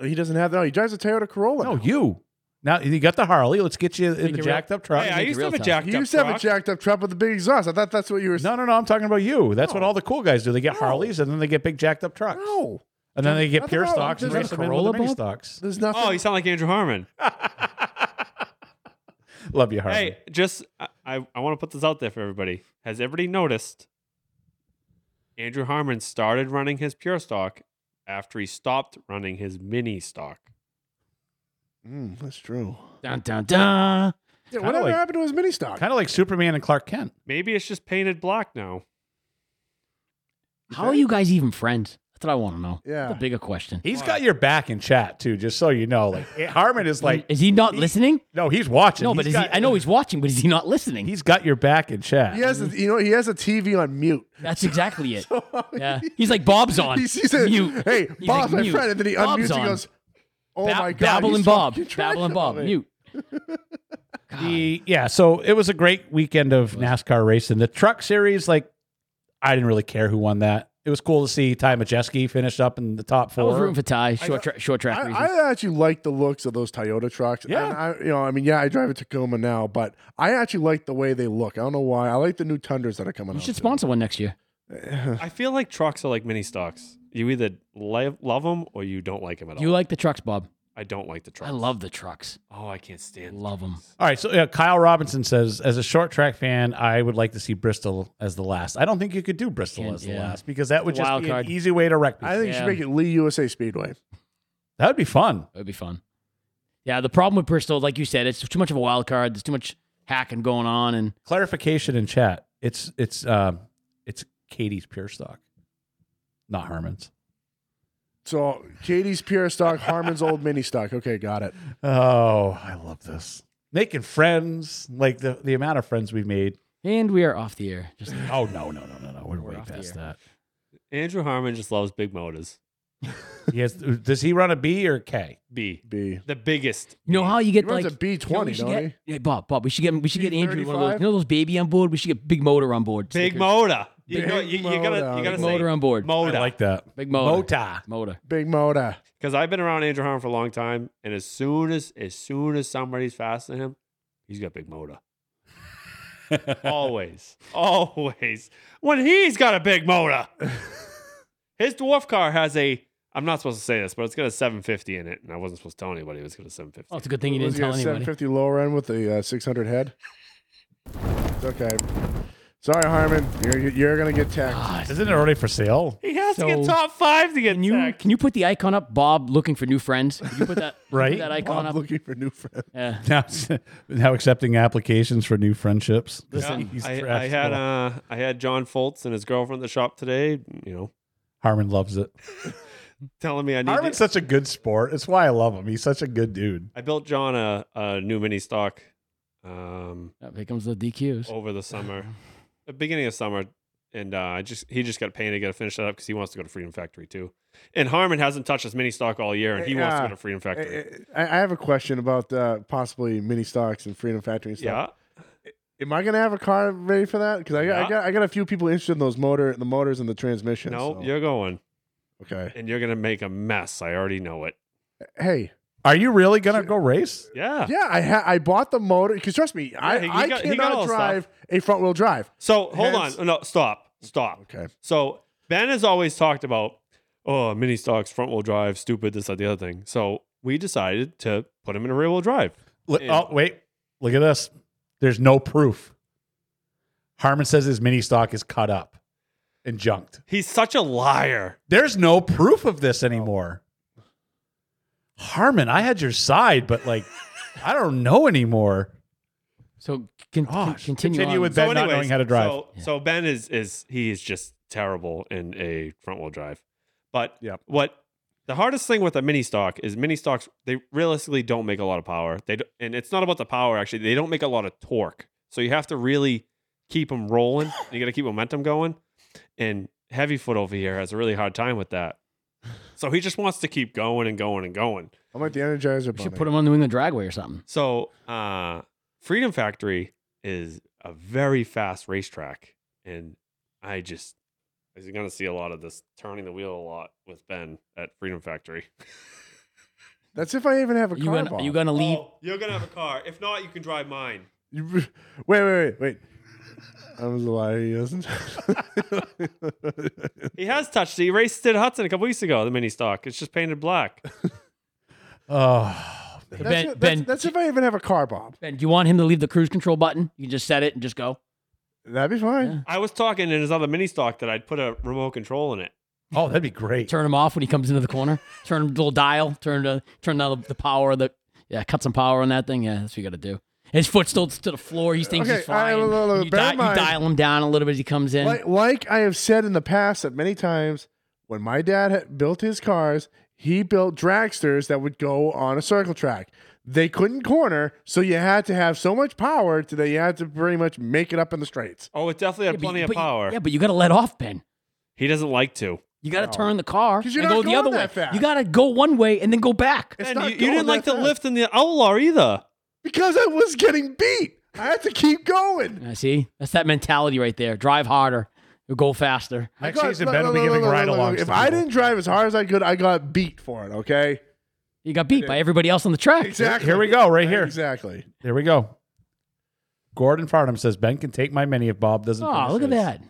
S3: He doesn't have that. No, he drives a Toyota Corolla.
S1: No,
S3: now.
S1: you. Now you got the Harley. Let's get you in
S2: Make
S1: the
S2: it
S1: jacked up truck.
S4: Hey, I
S2: it
S4: used to
S2: real
S4: have a
S2: time.
S4: jacked
S3: you
S4: up
S3: used to have a
S4: truck.
S3: jacked up truck with a big exhaust. I thought that's what you were.
S1: no, no, no. I'm talking about you. That's what
S4: No.
S1: all the cool guys do. They get
S3: No.
S1: Harleys and then they get big jacked up trucks.
S3: no.
S1: And then they get
S3: Nothing
S1: pure
S3: wrong.
S1: stocks and
S3: There's
S1: race
S2: a
S1: them in with
S2: Corolla,
S1: the mini
S2: Bob?
S1: stocks.
S3: There's nothing.
S4: Oh, you sound like Andrew Harmon.
S1: Love you, Harley.
S4: Hey, just I, I, I want to put this out there for everybody. Has everybody noticed Andrew Harmon started running his pure stock after he stopped running his mini stock?
S3: Mm, that's true.
S2: Dun, dun, dun.
S3: Yeah,
S1: Kinda
S3: whatever
S1: like-
S3: happened to his mini stock?
S1: Kind of like Superman and Clark Kent.
S4: Maybe it's just painted black now.
S2: How are you guys even friends? That's what I want to know.
S3: Yeah.
S2: That's a bigger question.
S1: He's
S4: Why?
S1: got your back in chat too, just so you know. Like Harmon is
S2: (laughs)
S1: like,
S2: is he not
S1: he-
S2: listening?
S1: no, he's watching.
S2: No,
S1: He's
S2: but is
S1: got-
S2: he? I know he's watching, but is he not listening?
S1: he's got your back in chat.
S3: He has, a, you know, he has a TV on mute.
S2: That's exactly
S3: (laughs)
S2: it. yeah, he's like Bob's on.
S3: He sees it.
S2: mute.
S3: Hey,
S2: He's like,
S3: Bob's my
S2: mute.
S3: friend, and then he
S2: Bob's
S3: unmutes.
S2: on.
S3: He goes, "Oh
S2: Ba-
S3: my god,
S2: Babble
S3: he's
S2: and Bob,
S3: fucking
S2: Babble and
S3: trashing
S2: Bob,
S3: me."
S2: mute.
S1: The yeah, so it was a great weekend of NASCAR racing. The truck series, like, I didn't really care who won that. It was cool to see Ty Majeski finish up in the top
S2: I
S1: four.
S2: was rooting for Ty. Short, tra- short track
S3: I,
S2: reasons.
S3: I actually like the looks of those Toyota trucks.
S1: Yeah.
S3: and I, you know, I mean, yeah, I drive a Tacoma now, but I actually like the way they look. I don't know why. I like the new Tundras that are coming.
S2: you
S3: out
S2: should
S3: too.
S2: sponsor one next year.
S4: I feel like trucks are like mini stocks. You either love, love them or you don't like them at all.
S2: You like the trucks, Bob?
S4: I don't like the trucks.
S2: I love the trucks.
S4: Oh, I can't stand. the
S2: Love 'em.
S4: trucks.
S1: All right, so uh, Kyle Robinson says, as a short track fan, I would like to see Bristol as the last. I don't think you could do Bristol
S2: Can't-
S1: as the
S2: yeah.
S1: last because that would
S2: It's a
S1: just
S2: wild
S1: be
S2: card.
S1: an easy way to wreck.
S3: (laughs) I think you
S2: Yeah.
S3: should make it Lee USA Speedway.
S1: that would be fun.
S2: It would be fun. Yeah, the problem with Bristol, like you said, it's too much of a wild card. There's too much hacking going on, and
S1: Clarification in chat: it's it's um it's Katie's pure stock, not Herman's.
S3: So Katie's pure stock, Harmon's old mini stock. Okay, got it.
S1: Oh, I love this. Making friends, like the the amount of friends we've made.
S2: and we are off the air.
S3: (laughs)
S2: Just
S1: Oh no no no no no, we're,
S2: We're
S1: way
S2: off the
S1: past that.
S4: Andrew Harmon just loves big motors.
S1: He has, does he run a B or a K?
S4: B,
S3: B.
S4: the biggest.
S2: you know how you
S3: He
S2: get
S3: runs
S2: like
S3: a B
S2: you know what
S3: twenty,
S2: we should
S3: don't
S2: get?
S3: he?
S2: Hey, Bob, Bob, we should get we should get Andrew one of those.
S3: B35?
S2: You know those baby on board. We should get big motor on board.
S4: Big
S2: Stickers.
S4: motor. You,
S3: Big
S4: know, you, you gotta, you
S3: motor.
S4: gotta
S2: Big
S4: say
S2: motor on board.
S1: I
S4: motor.
S1: like that.
S2: Big motor.
S1: Mota.
S2: Motor.
S3: Big motor.
S4: Because I've been around Andrew Harmon for a long time, and as soon as as soon as somebody's faster than him, he's got
S2: (laughs)
S4: big motor. always, always. When he's got a
S2: (laughs)
S4: big motor, his dwarf car has a. I'm not supposed to say this, but it's got a 750 in it, and I wasn't supposed to tell anybody it was got a 750.
S2: Oh, it's a good thing you
S3: Was
S2: didn't
S3: he a
S2: tell anybody.
S3: 750 lower end with the uh, 600 head? It's okay. Sorry, Harmon. You're, you're going to get taxed.
S2: Ah,
S1: Isn't it already for sale?
S4: He has to
S2: So-
S4: get top five to get
S2: Can you
S4: tech.
S2: can you put the icon up, Bob? Looking for new friends. Can you
S1: (laughs)
S2: put that can you put
S1: Right.
S2: that icon
S3: I'm
S2: up.
S3: looking for new friends.
S2: Yeah.
S1: Now, (laughs) now accepting applications for new friendships.
S2: Listen,
S1: (laughs) He's
S4: I, I
S1: trash
S4: had
S1: talk.
S4: uh, I had John Foltz and his girlfriend at the shop today. You know,
S1: Harmon loves it.
S4: telling me I need.
S1: Harmon's
S4: To,
S1: such a good sport. It's why I love him. He's such a good dude.
S4: I built John a, a new mini stock. Um,
S2: Oh, here comes the DQs.
S4: over the summer, the beginning of summer, and uh, I just he just got painted, got to finish that up because he wants to go to Freedom Factory too. And Harmon hasn't touched his mini stock all year, and he wants to
S3: Yeah. Eh,
S4: go to Freedom
S3: I,
S4: Factory.
S3: I I have a question about uh, possibly mini stocks and Freedom Factory and
S4: yeah,
S3: stuff. Am I going to have a car ready for that? Because I, got I,
S4: Yeah.
S3: got, I got a few people interested in those motor, the motors and the transmission.
S4: no,
S3: so-
S4: you're going,
S3: Okay.
S4: and you're gonna make a mess. I already know it.
S3: Hey,
S1: Are you really gonna go race?
S4: Yeah.
S3: yeah, I ha- I bought the motor because trust me, I,
S4: he- he
S3: I
S4: got- he got all
S3: cannot
S4: the stuff.
S3: drive a front wheel drive.
S4: So hold
S3: Hence-
S4: on. No, stop, stop.
S3: Okay.
S4: So Ben has always talked about oh mini stocks, front wheel drive, stupid, this, that, the other thing. So we decided to put him in a rear wheel drive.
S1: Look,
S4: Yeah.
S1: oh wait, look at this. There's no proof. Harmon says his mini stock is cut up and junked.
S4: He's such a liar.
S1: There's no proof of this anymore. Harmon, I had your side, but like, I don't know anymore.
S2: So con- con-
S1: Gosh,
S2: continue,
S1: continue
S2: on.
S1: with Ben not knowing how to drive.
S4: So, so Ben is is he is just terrible in a front wheel drive. But
S3: Yep.
S4: what the hardest thing with a mini stock is mini stocks they realistically don't make a lot of power. They do, and it's not about the power actually. They don't make a lot of torque. So you have to really keep them rolling. you got to keep momentum going. And Heavyfoot over here has a really hard time with that. So he just wants to keep going and going and going.
S3: I'm like the Energizer
S2: We
S3: bunny.
S2: should put him on the England Dragway or something.
S4: So, uh, Freedom Factory is a very fast racetrack, and I just I was gonna see a lot of this turning the wheel a lot with Ben at Freedom Factory.
S3: That's if I even have a
S2: You
S3: car.
S2: gonna,
S3: Bob.
S2: you gonna leave?
S4: Oh, you're gonna have a car. If not, you can drive mine.
S3: You- (laughs) wait, wait, wait, wait. I was a liar. He doesn't. (laughs)
S4: He has touched it. He raced it at Hudson a couple weeks ago. The mini stock. It's just
S2: (laughs)
S4: painted black.
S1: Oh,
S3: That's,
S2: Ben-
S3: that's,
S2: Ben-
S3: that's if I even have a car, Bob.
S2: Ben, do you want him to leave the cruise control button? You can just set it and just go.
S3: That'd be fine.
S4: I was talking in his other mini stock that I'd put a remote control in it.
S1: oh, that'd be great.
S2: Turn him off when he comes into the
S3: (laughs)
S2: corner. turn the little dial. Turn the turn down the, the power. The yeah, cut some power on that thing. Yeah, that's what you got to do. His foot still to the floor. He thinks
S3: Okay,
S2: he's flying.
S3: I- look, look,
S2: you,
S3: bear
S2: di-
S3: in
S2: you
S3: mind-
S2: dial him down a little bit as he comes in.
S3: Like, like I have said in the past that many times, when my dad had built his cars, he built dragsters that would go on a circle track. They couldn't corner, so you had to have so much power to that you had to pretty much make it up in the straights.
S4: Oh, it definitely
S2: Yeah,
S4: had
S2: but you-
S4: plenty
S2: but
S4: of
S2: you-
S4: power.
S2: Yeah, but you got to let off, Ben.
S4: He doesn't like to.
S2: You got to
S3: No.
S2: turn the car and
S3: 'Cause you're
S2: go
S3: not
S2: the
S3: going
S2: other
S3: that
S2: way.
S3: fast.
S2: You got to go one way and then go back.
S3: It's
S4: And
S3: not
S4: you, you
S3: going
S4: didn't like
S3: that
S4: the
S3: fast.
S4: lift in the Outlaw either.
S3: because I was getting beat. I had to keep going.
S2: I see. That's that mentality right there. Drive harder, You'll go faster.
S3: I
S1: Next
S3: got-
S1: season,
S3: look,
S1: Ben will
S3: look,
S1: be
S3: look,
S1: giving
S3: look,
S1: ride
S3: look, look.
S1: alongs.
S3: If I didn't drive as hard as I could, I got beat for it. Okay,
S2: You got beat by everybody else on the track.
S3: exactly.
S1: Here we go, right here.
S3: Exactly.
S1: Here we go. Gordon Farnham says Ben can take my mini if Bob doesn't.
S2: Oh,
S1: finish
S2: look at
S1: his."
S2: that.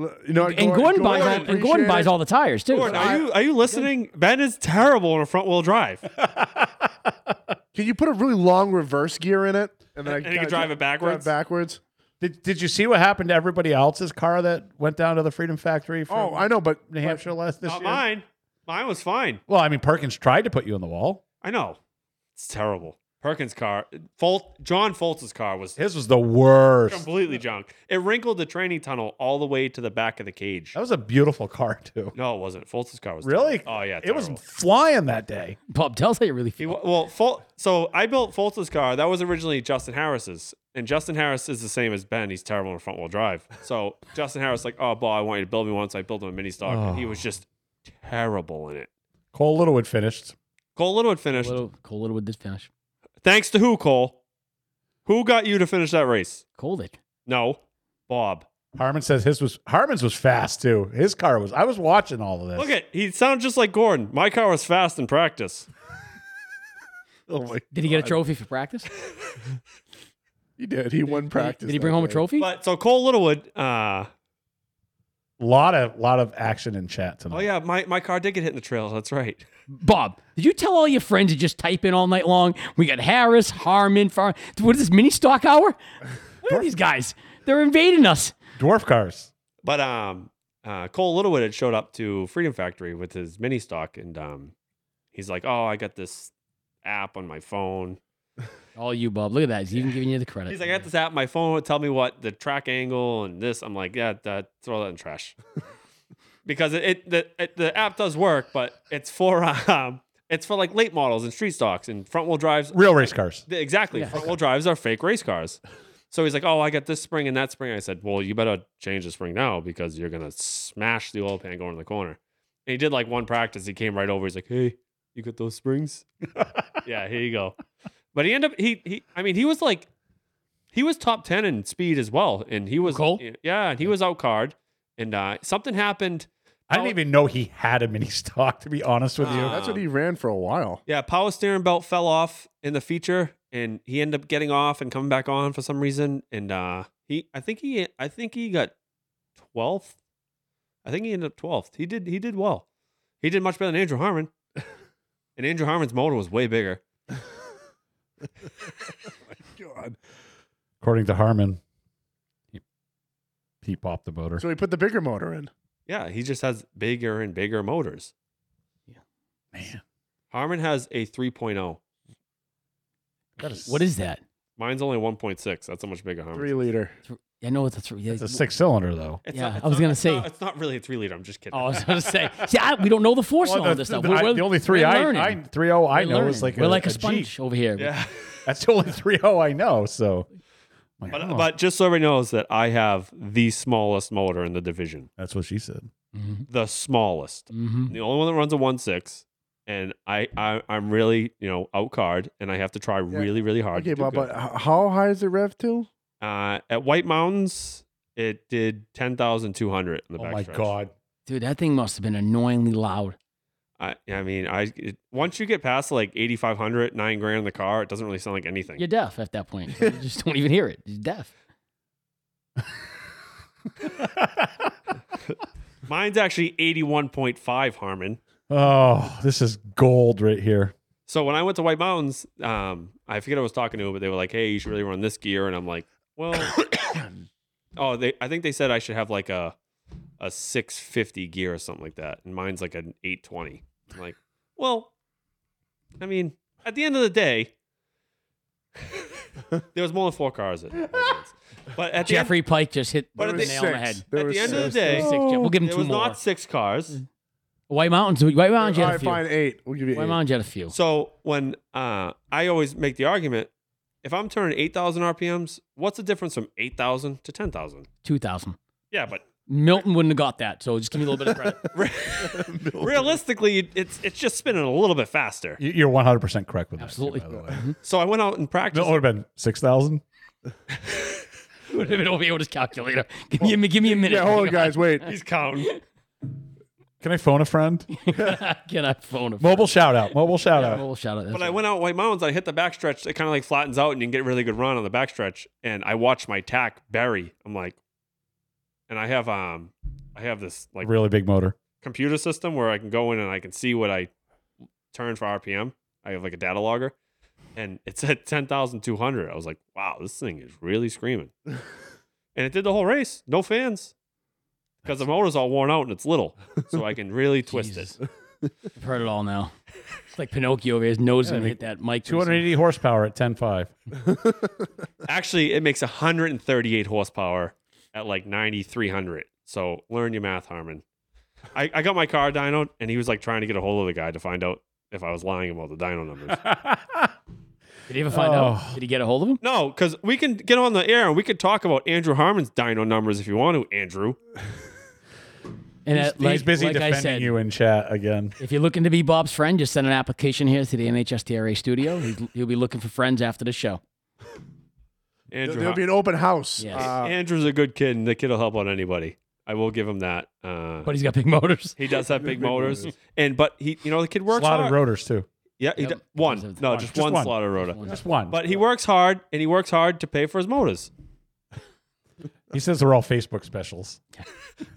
S3: L- You know,
S2: And Gordon, buys all, and Gordon
S3: appreciated
S2: buys
S3: it.
S2: all the tires too.
S4: Gordon, are you are you listening? (laughs) Ben is terrible on a front wheel drive,
S3: Can you put a really long reverse gear in it, and then I
S4: and he
S3: kinda
S4: can drive it backwards.
S3: backwards?
S1: Did, did you see what happened to everybody else's car that went down to the Freedom Factory? For
S3: Oh, I know, but
S1: New Hampshire last this
S4: (laughs) Not
S1: year.
S4: mine. Mine was fine.
S1: Well, I mean, Perkins tried to put you on the wall.
S4: I know. It's terrible. Perkins' car, Folt, John Foltz's car was
S1: His was the worst.
S4: (laughs) completely junk. It wrinkled the training tunnel all the way to the back of the cage.
S1: That was a beautiful car (laughs) too.
S4: No, it wasn't. Foltz's car was
S1: Really?
S4: terrible. Oh yeah,
S1: It was
S4: terrible. (laughs)
S1: flying that day.
S2: Bob, tell us how you really
S4: He
S2: feel.
S4: wa- well, Fol- so I built Foltz's car. That was originally Justin Harris's, and Justin Harris is the same as Ben. He's terrible in front wheel drive. So Justin Harris like, oh, Bob, I want you to build me one. So I built him a mini stock, and he
S1: Oh.
S4: was just terrible in it.
S1: Cole Littlewood finished.
S4: Cole Littlewood finished.
S2: Little, Cole Littlewood did finish.
S4: Thanks to who, Cole? Who got you to finish that race?
S2: Cole did.
S4: No, Bob.
S1: Harmon says his was Harmon's was fast too. His car was. I was watching all of this.
S4: Look at he sounds just like Gordon. My car was fast in practice.
S3: oh my,
S2: Did he get a trophy for practice?
S3: he did. He won practice.
S2: Did he
S3: that
S2: bring home a
S3: day.
S2: trophy?
S4: But so Cole Littlewood, uh,
S1: lot of lot of action in chat tonight.
S4: oh yeah, my, my car did get hit in the trail. That's right. (laughs)
S2: Bob, did you tell all your friends to just type in all night long? We got Harris, Harmon, Far. What is this mini stock hour? What are these guys? They're invading us.
S1: Dwarf cars.
S4: But um, uh, Cole Littlewood had showed up to Freedom Factory with his mini stock, and um, he's like, "Oh, I got this app on my phone."
S2: All you, Bob. Look at that. He's even giving you the credit.
S4: He's like, "I got this app on my phone. Tell me what the track angle and this." I'm like, "Yeah, that, throw that in the trash," because it, it the it, the app does work, but it's for (laughs) um, it's for like late models and street stocks and front wheel drives
S1: Real race cars.
S4: Th- Exactly.
S2: Yeah.
S4: Front wheel drives are fake race cars. So he's like, oh, I got this spring and that spring. I said, well, you better change the spring now because you're going to smash the oil pan going in the corner. And he did like one practice. He came right over. He's like, hey, you got those springs? yeah, here you go. But he ended up, he, he, I mean, he was like, he was top 10 in speed as well. And he was,
S2: Cole?
S4: yeah, and he was out card. And uh, something happened.
S1: I didn't even know he had a mini stock. To be honest with you,
S4: Ah.
S3: That's what he ran for a while.
S4: Yeah, power steering belt fell off in the feature, and he ended up getting off and coming back on for some reason. And uh, he, I think he, I think he got twelfth. I think he ended up twelfth. He did, he did well. He did much better than Andrew Harmon. (laughs) and Andrew Harmon's motor was way bigger.
S3: God.
S1: according to Harmon, he, he popped the motor.
S3: So he put the bigger motor in.
S4: Yeah, he just has bigger and bigger motors.
S1: Man,
S4: Harmon has a oh. 3.0.
S1: that is
S2: What is that?
S4: Mine's only 1.6. That's how much bigger Harmon.
S3: Three liter.
S2: I know what that's. Yeah,
S1: It's a six cylinder though.
S4: It's
S2: Yeah,
S4: not- it's
S2: I was
S4: not-
S2: gonna
S4: it's
S2: say-
S4: not- it's not really a three liter. I'm just kidding.
S2: Oh, I was gonna say. See, I, we don't know the force on
S1: Well,
S2: all this stuff.
S1: the-
S2: We're,
S1: I-
S2: we're,
S1: the only three
S2: we're
S1: I,
S2: learning.
S1: I three oh I
S2: We're
S1: know
S2: learning.
S1: is like
S2: we're
S1: a,
S2: like a,
S1: Jeep.
S2: sponge over here.
S4: (laughs) yeah.
S1: That's the only three oh I know. So, I'm like,
S4: But,
S1: oh,
S4: but just so everybody knows that I have the smallest motor in the division.
S1: that's what she said.
S2: Mhm.
S4: The smallest.
S1: Mm-hmm.
S2: Mhm.
S4: The only one that runs a one six. And I, I, I'm really, you know, outcard, and I have to try really, really hard.
S3: Okay,
S4: to do
S3: Bob, but
S4: good.
S3: h- how high is it rev to?
S4: uh, at White Mountains, it did ten thousand two hundred in the
S1: Oh
S4: back.
S1: my god,
S2: Dude, that thing must have been annoyingly loud.
S4: I, I mean, I it, once you get past like 8,500, nine grand in the car, it doesn't really sound like anything.
S2: You're deaf at that point. You just don't even hear it. You're deaf.
S4: Mine's actually 81.5 Harmon.
S1: Oh, this is gold right here.
S4: So when I went to White Mountains, um, I forget I was talking to, but they were like, "Hey, you should really run this gear," and I'm like,
S2: (coughs)
S4: "Well, oh, they, I think they said I should have like a a 650 gear or something like that, and mine's like an 820." I'm like, "Well, I mean, at the end of the day, (laughs) there was more than four cars at, White Mountains. but at the end,
S2: Jeffrey Pike just hit
S4: But
S2: the
S4: at
S2: nail
S4: the-
S2: on the head.
S4: At the end of the day-
S2: Six, Jeff. We'll give him
S4: there
S2: two
S4: was
S2: more.
S4: not six cars.
S2: White Mountains. White
S3: all
S2: Mountains. you had a
S3: right,
S2: few.
S3: fine, eight. We'll give you
S2: White
S3: eight.
S2: Mountains. you had a few.
S4: So when uh, I always make the argument, if I'm turning 8,000 RPMs, what's the difference from 8,000 to 10,000?
S2: Two thousand.
S4: Yeah, but
S2: Milton wouldn't have got that. So just give me a little bit of credit. (laughs)
S4: (laughs) re- realistically, you- it's it's just spinning a little bit faster.
S1: You- You're 100 percent correct with that.
S2: Absolutely. Mm-hmm.
S1: Too, by the way.
S4: So I went out and
S1: That
S4: practiced.
S1: would have been six thousand.
S2: He would have been over here with his calculator. (laughs) Give me, a, give me a minute.
S3: Yeah,
S2: (laughs)
S3: hold on, guys. Wait.
S4: He's counting.
S1: Can I phone a friend?
S2: Can I phone a (laughs)
S1: Mobile shout out. Mobile shout out.
S2: Mobile shout out.
S4: But I went out White Mountains. I hit the backstretch. It kind of like flattens out, and you can get a really good run on the backstretch. And I watched my tack bury. I'm like, and I have um, I have this like
S1: really big motor.
S4: computer system where I can go in and I can see what I turn for RPM. I have like a data logger, and it's at (laughs) ten thousand two hundred. I was like, wow, this thing is really screaming. and it did the whole race, no fans, because the motor's all worn out and it's little, so I can really twist it.
S2: I've heard it all now. It's like Pinocchio over here. His nose is
S1: Yeah,
S2: gonna
S1: like
S2: hit that mic. pretty soon.
S1: 280 horsepower at 10.5.
S4: Actually, it makes hundred and thirty eight horsepower at like ninety three hundred. So learn your math, Harmon. I, I got my car dyno, and he was like trying to get a hold of the guy to find out if I was lying about the dyno numbers.
S2: Did he ever find
S1: Oh.
S2: out? Did he get a hold of him?
S4: No, because we can get on the air and we could talk about Andrew Harmon's dino numbers if you want to, Andrew.
S2: And
S1: he's,
S2: uh, like,
S1: he's busy
S2: like I
S1: defending
S2: said,
S1: you in chat again.
S2: If you're looking to be Bob's friend, just send an application here to the NHSTRA studio. He's, he'll be looking for friends after the show.
S4: Andrew,
S3: There'll be an open house.
S2: Yes.
S4: Har-
S3: Uh,
S4: Andrew's a good kid and the kid will help out anybody. I will give him that. Uh,
S2: But he's got big motors.
S4: he does have big motors, and but he, you know, the kid works
S1: Slotted
S4: hard.
S1: rotors too.
S4: Yeah, he
S2: Yep.
S4: do- one. No,
S2: One.
S4: just,
S1: Just
S4: one,
S1: one.
S4: slotted rotor.
S1: Just one.
S4: But he works hard, and he works hard to pay for his motors.
S1: he says they're all Facebook specials.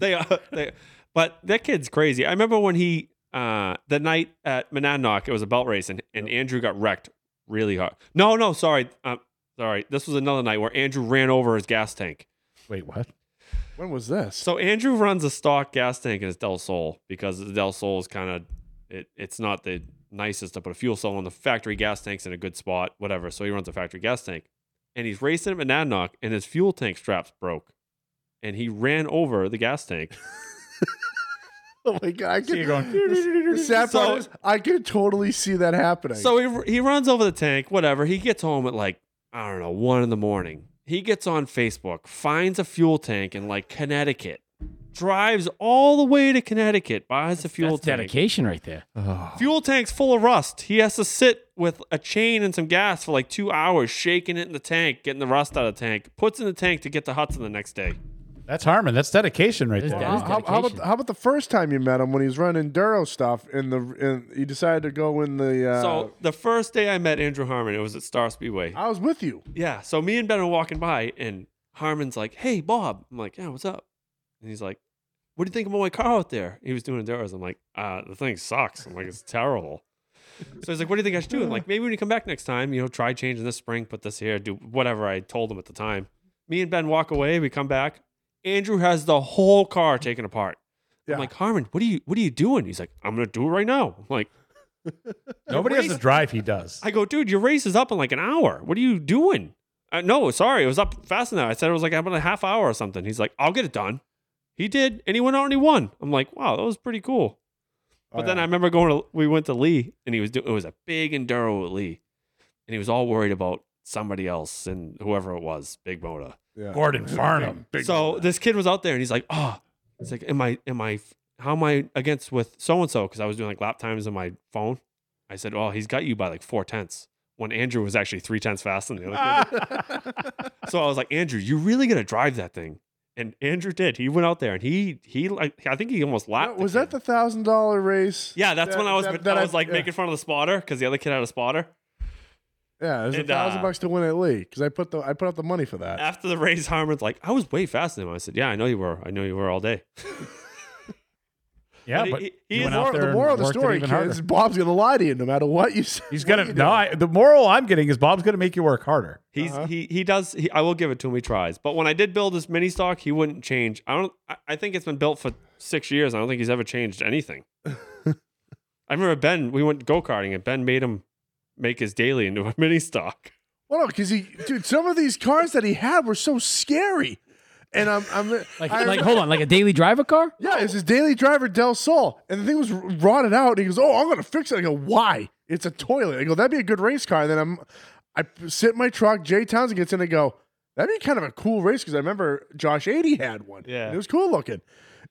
S4: they are. (laughs) They, but that kid's crazy. I remember when he uh, the night at Monadnock, it was a belt race, and, and Andrew got wrecked really hard. No, no, sorry, um, sorry. This was another night where Andrew ran over his gas tank.
S1: Wait,
S2: (sighs)
S1: what?
S3: when was this?
S4: So Andrew runs a stock gas tank in his Del Sol because the Del Sol is kind of it, it's not the nicest to put a fuel cell on. The factory gas tank's in a good spot, whatever. So he runs a factory gas tank, and he's racing at Monadnock, and his fuel tank straps broke, and he ran over the gas tank.
S3: oh my god! I can,
S1: See you going.
S3: (laughs) the, the sad
S4: So-
S3: part is, I can totally see that happening.
S4: So he, he runs over the tank, whatever. He gets home at like, I don't know, one in the morning. He gets on Facebook, finds a fuel tank in like Connecticut, drives all the way to Connecticut, buys a fuel
S2: That's
S4: tank.
S2: dedication right there.
S4: Fuel tank's full of rust. He has to sit with a chain and some gas for like two hours, shaking it in the tank, getting the rust out of the tank, puts in the tank to get to Hudson the next day.
S1: That's Harmon. That's dedication right
S2: It's
S1: there.
S3: how,
S2: dedication.
S3: how- how about how about the first time you met him when he was running Duro stuff and the and he decided to go in the? Uh,
S4: so the first day I met Andrew Harmon, it was at Star Speedway.
S3: I was with you.
S4: Yeah. So me and Ben are walking by, and Harmon's like, "Hey, Bob." I'm like, "Yeah, what's up?" And he's like, "What do you think about my car out there?" He was doing enduros. I'm like, "Uh, the thing sucks." I'm like, "It's terrible." So he's like, "What do you think I should do?" I'm like, "Maybe when you come back next time, you know, try changing this spring, put this here, do whatever I told him at the time." Me and Ben walk away. We come back. Andrew has the whole car taken apart.
S3: Yeah.
S4: I'm like, Harmon, what are you what are you doing? He's like, I'm gonna do it right now. I'm like,
S1: Nobody has to drive. He does.
S4: I go, dude, your race is up in like an hour. What are you doing? Uh, no, sorry, it was up fast enough. I said it was like up in a half hour or something. He's like, I'll get it done. He did, and he went out and he won. I'm like, wow, that was pretty cool. But
S3: Oh,
S4: then I remember going to we went to Lee, and he was doing it was a big enduro at Lee, and he was all worried about somebody else and whoever it was, Big Moda.
S1: (laughs)
S3: Yeah.
S4: (laughs)
S1: Gordon Farnham.
S4: So
S1: (laughs)
S4: this kid was out there and he's like, oh, it's like, am I, am I, how am I against with so and so? Because I was doing like lap times on my phone. I said, oh, he's got you by like four tenths. When Andrew was
S3: (laughs)
S4: actually three tenths faster than the other kid. so I was like, Andrew, you really got to drive that thing. And Andrew did. He went out there and he he like I think he almost lapped.
S3: was
S4: the
S3: that
S4: kid.
S3: the thousand dollar race?
S4: Yeah, that's
S3: that-
S4: when I was
S3: that- that
S4: I
S3: I-
S4: was like
S3: yeah.
S4: making fun of the spotter because the other kid had a spotter.
S3: Yeah, it was a
S4: And,
S3: thousand
S4: uh,
S3: bucks to win at Lee because I put the I put up the money for that.
S4: After the race, Harmon's like, I was way faster than him. I said, Yeah, I know you were. I know you were all day.
S1: Yeah,
S4: But
S1: but
S4: he-
S1: he,
S4: he
S1: went
S4: is
S1: out
S4: more-
S1: there
S3: the
S1: and
S3: moral of the
S1: worked it
S3: story,
S1: even
S3: kids,
S1: harder.
S3: Bob's gonna lie to you no matter what you say.
S1: He's
S3: what
S1: gonna
S3: you do.
S1: no. I, the moral I'm getting is Bob's gonna make you work harder.
S4: He's
S3: Uh-huh.
S4: he he does. He, I will give it to him. He tries. But when I did build this mini stock, he wouldn't change. I don't. I, I think it's been built for six years. I don't think he's ever changed anything. (laughs) I remember Ben. We went go karting, and Ben made him make his daily into a (laughs) mini stock.
S3: Well, no, because he, dude, some of these cars that he had were so scary, and I'm, I'm
S2: Like,
S3: I-
S2: like hold on, like a daily driver car?
S3: yeah, it's his daily driver Del Sol, and the thing was rotted out. And he goes, "Oh, I'm gonna fix it." I go, "Why? It's a toilet." I go, "That'd be a good race car." And then I'm, I sit in my truck. Jay Townsend gets in. and go, "That'd be kind of a cool race," because I remember Josh Eighty had one.
S4: Yeah.
S3: and it was cool looking.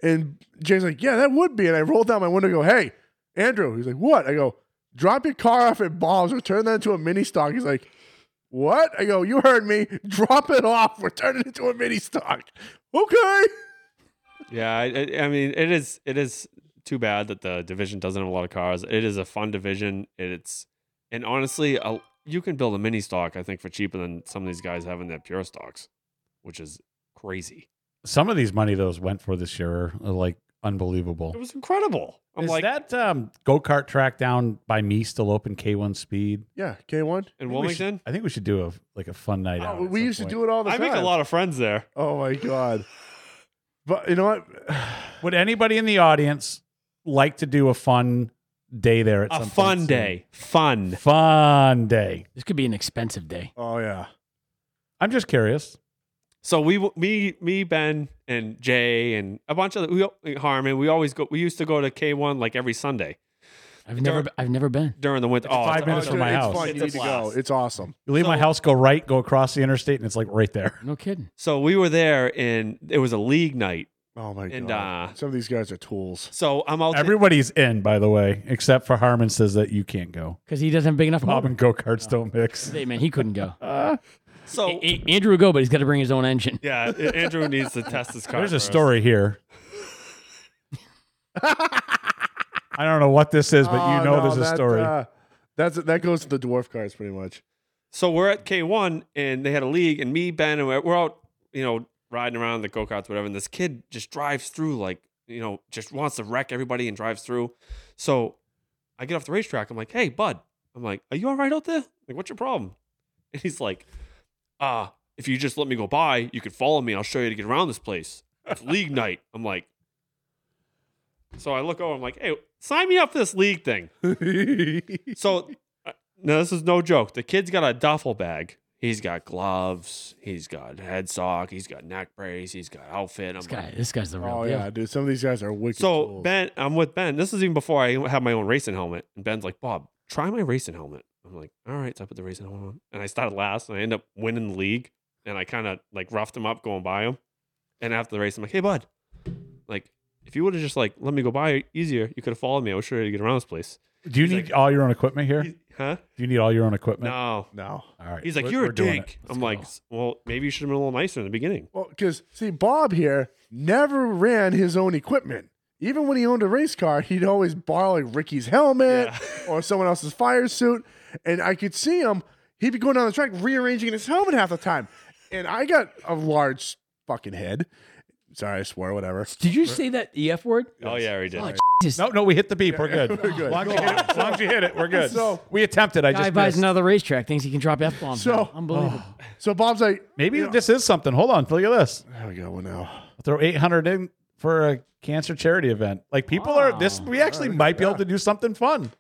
S3: And Jay's like, "Yeah, that would be." And I rolled down my window. and Go, "Hey, Andrew." He's like, "What?" I go, "Drop your car off at Bob's. We'll turn that into a mini stock." He's like. What? I go, you heard me. (laughs) Drop it off. We're turning it into a mini stock. Okay.
S4: Yeah, I, I- I mean, it is it is too bad that the division doesn't have a lot of cars. It is a fun division. It's and honestly, a, you can build a mini stock I think for cheaper than some of these guys have in their pure stocks, which is crazy.
S1: Some of these money those went for this year are like unbelievable.
S4: It was incredible. I'm
S1: is
S4: like,
S1: that um, go kart track down by me still open K1 speed?
S3: Yeah, K1.
S4: in
S1: think we should-
S4: Wilmington,
S1: I think we should do a like a fun night out.
S3: Oh,
S1: at
S3: we
S1: some
S3: used
S1: point.
S3: to do it all the
S4: I
S3: time.
S4: make a lot of friends there.
S3: Oh my god! But you know what?
S1: Would anybody in the audience like to do a fun day there at some
S4: A
S1: point
S4: fun
S1: soon?
S4: day, fun.
S1: Fun day.
S2: This could be an expensive day.
S3: Oh yeah.
S1: I'm just curious.
S4: So we, w- me, me, Ben, and Jay, and a bunch of we, like Harmon. We always go. We used to go to K one like every Sunday
S2: I've never,
S4: Dar-
S2: I've never been.
S4: during the winter.
S1: It's five
S4: it's-
S1: minutes
S4: oh,
S1: from my
S3: it's
S1: house.
S3: Fun.
S4: It's
S3: You
S4: a
S3: need to go.
S4: blast.
S3: It's awesome.
S1: You leave my
S4: So-
S1: house, go right, go across the interstate, and it's like right
S3: (laughs)
S1: there.
S2: No kidding.
S4: So we were there, and it was a league night.
S3: Oh my
S4: And,
S3: god!
S4: uh,
S3: Some of these guys are tools.
S4: So I'm out. there-
S1: Everybody's in, by the way, except for Harmon says that you can't go.
S2: Because he doesn't have big enough
S1: Bob
S2: motor.
S1: and go karts don't mix.
S2: Hey, man, he couldn't go.
S1: e,
S4: so
S2: A- A- Andrew would go, but he's got to bring his own engine.
S4: yeah, A- Andrew needs to test his car.
S1: There's a
S4: first.
S1: story
S3: (laughs)
S1: here. I don't know what this is, but
S3: Oh,
S1: you know
S3: no,
S1: there's a
S3: that,
S1: story.
S3: uh, that's that goes to the dwarf cars pretty much.
S4: So we're at K one, and they had a league, and me, Ben, and we're- we're out, you know, riding around the go karts, whatever. And this kid just drives through, like, you know, just wants to wreck everybody and drives through. So I get off the racetrack. I'm like, hey, bud. I'm like, are you all right out there? Like, what's your problem? (laughs) And he's like, uh, if you just let me go by, you can follow me. I'll show you to get around this place.
S2: (laughs)
S4: It's league night. I'm like, so I look over. I'm like, hey, sign me up for this league
S2: (laughs)
S4: thing. So, uh, no, this is no joke. The kid's got a duffel bag. He's got gloves. He's got head sock. He's got neck brace. He's got outfit. I'm
S2: This
S4: like,
S2: guy, this guy's the real
S3: oh
S2: deal.
S3: yeah, dude. Some of these guys are wicked.
S4: so
S3: tools.
S4: Ben, I'm with Ben. This is even before I had my own racing helmet. And Ben's like, Bob, try my racing helmet. I'm like, all right. So I put the racing helmet on, and I started last, and I end up winning the league. And I kind of like roughed him up going by him. And after the race, I'm like, hey, bud, like if you would have just like let me go by easier, you could have followed me. I was sure to get around this place.
S1: Do you
S4: he's
S1: need
S4: like-
S1: all your own equipment here?
S4: He- huh?
S1: Do you need all your own equipment?
S4: No.
S3: no.
S1: All right.
S4: He's like,
S1: we're-
S4: "You're
S1: we're
S4: a
S1: doing
S4: dink."
S1: it.
S4: I'm like,
S2: go.
S4: "S- "Well, maybe you should have been a little nicer in the beginning."
S3: Well, because see, Bob here never ran his own equipment. Even when he owned a race car, he'd always borrow like Ricky's helmet
S4: Yeah.
S3: or someone else's fire suit. And I could see him, he'd be going down the track rearranging his helmet half the time. And I got a large fucking head. Sorry, I swore, whatever.
S2: Did you say that EF word?
S4: Oh yeah, he did.
S2: Oh,
S1: No, no, we hit the beep. We're good.
S3: we're good.
S1: As long as you hit it- as long
S3: (laughs)
S1: as you hit it, we're good.
S3: So-
S1: we attempted. I
S2: Guy
S1: just
S2: buys
S1: missed.
S2: another racetrack, thinks he can drop F bombs.
S3: So-
S2: Unbelievable.
S3: So Bob's like,
S1: Maybe
S3: you know-
S1: this is something. Hold on. Look at this.
S3: There we go. Well, now.
S1: I'll throw 800 in for a cancer charity event. Like people are this.
S2: Wow.
S1: We
S4: Ah,
S1: actually might be able to do something fun.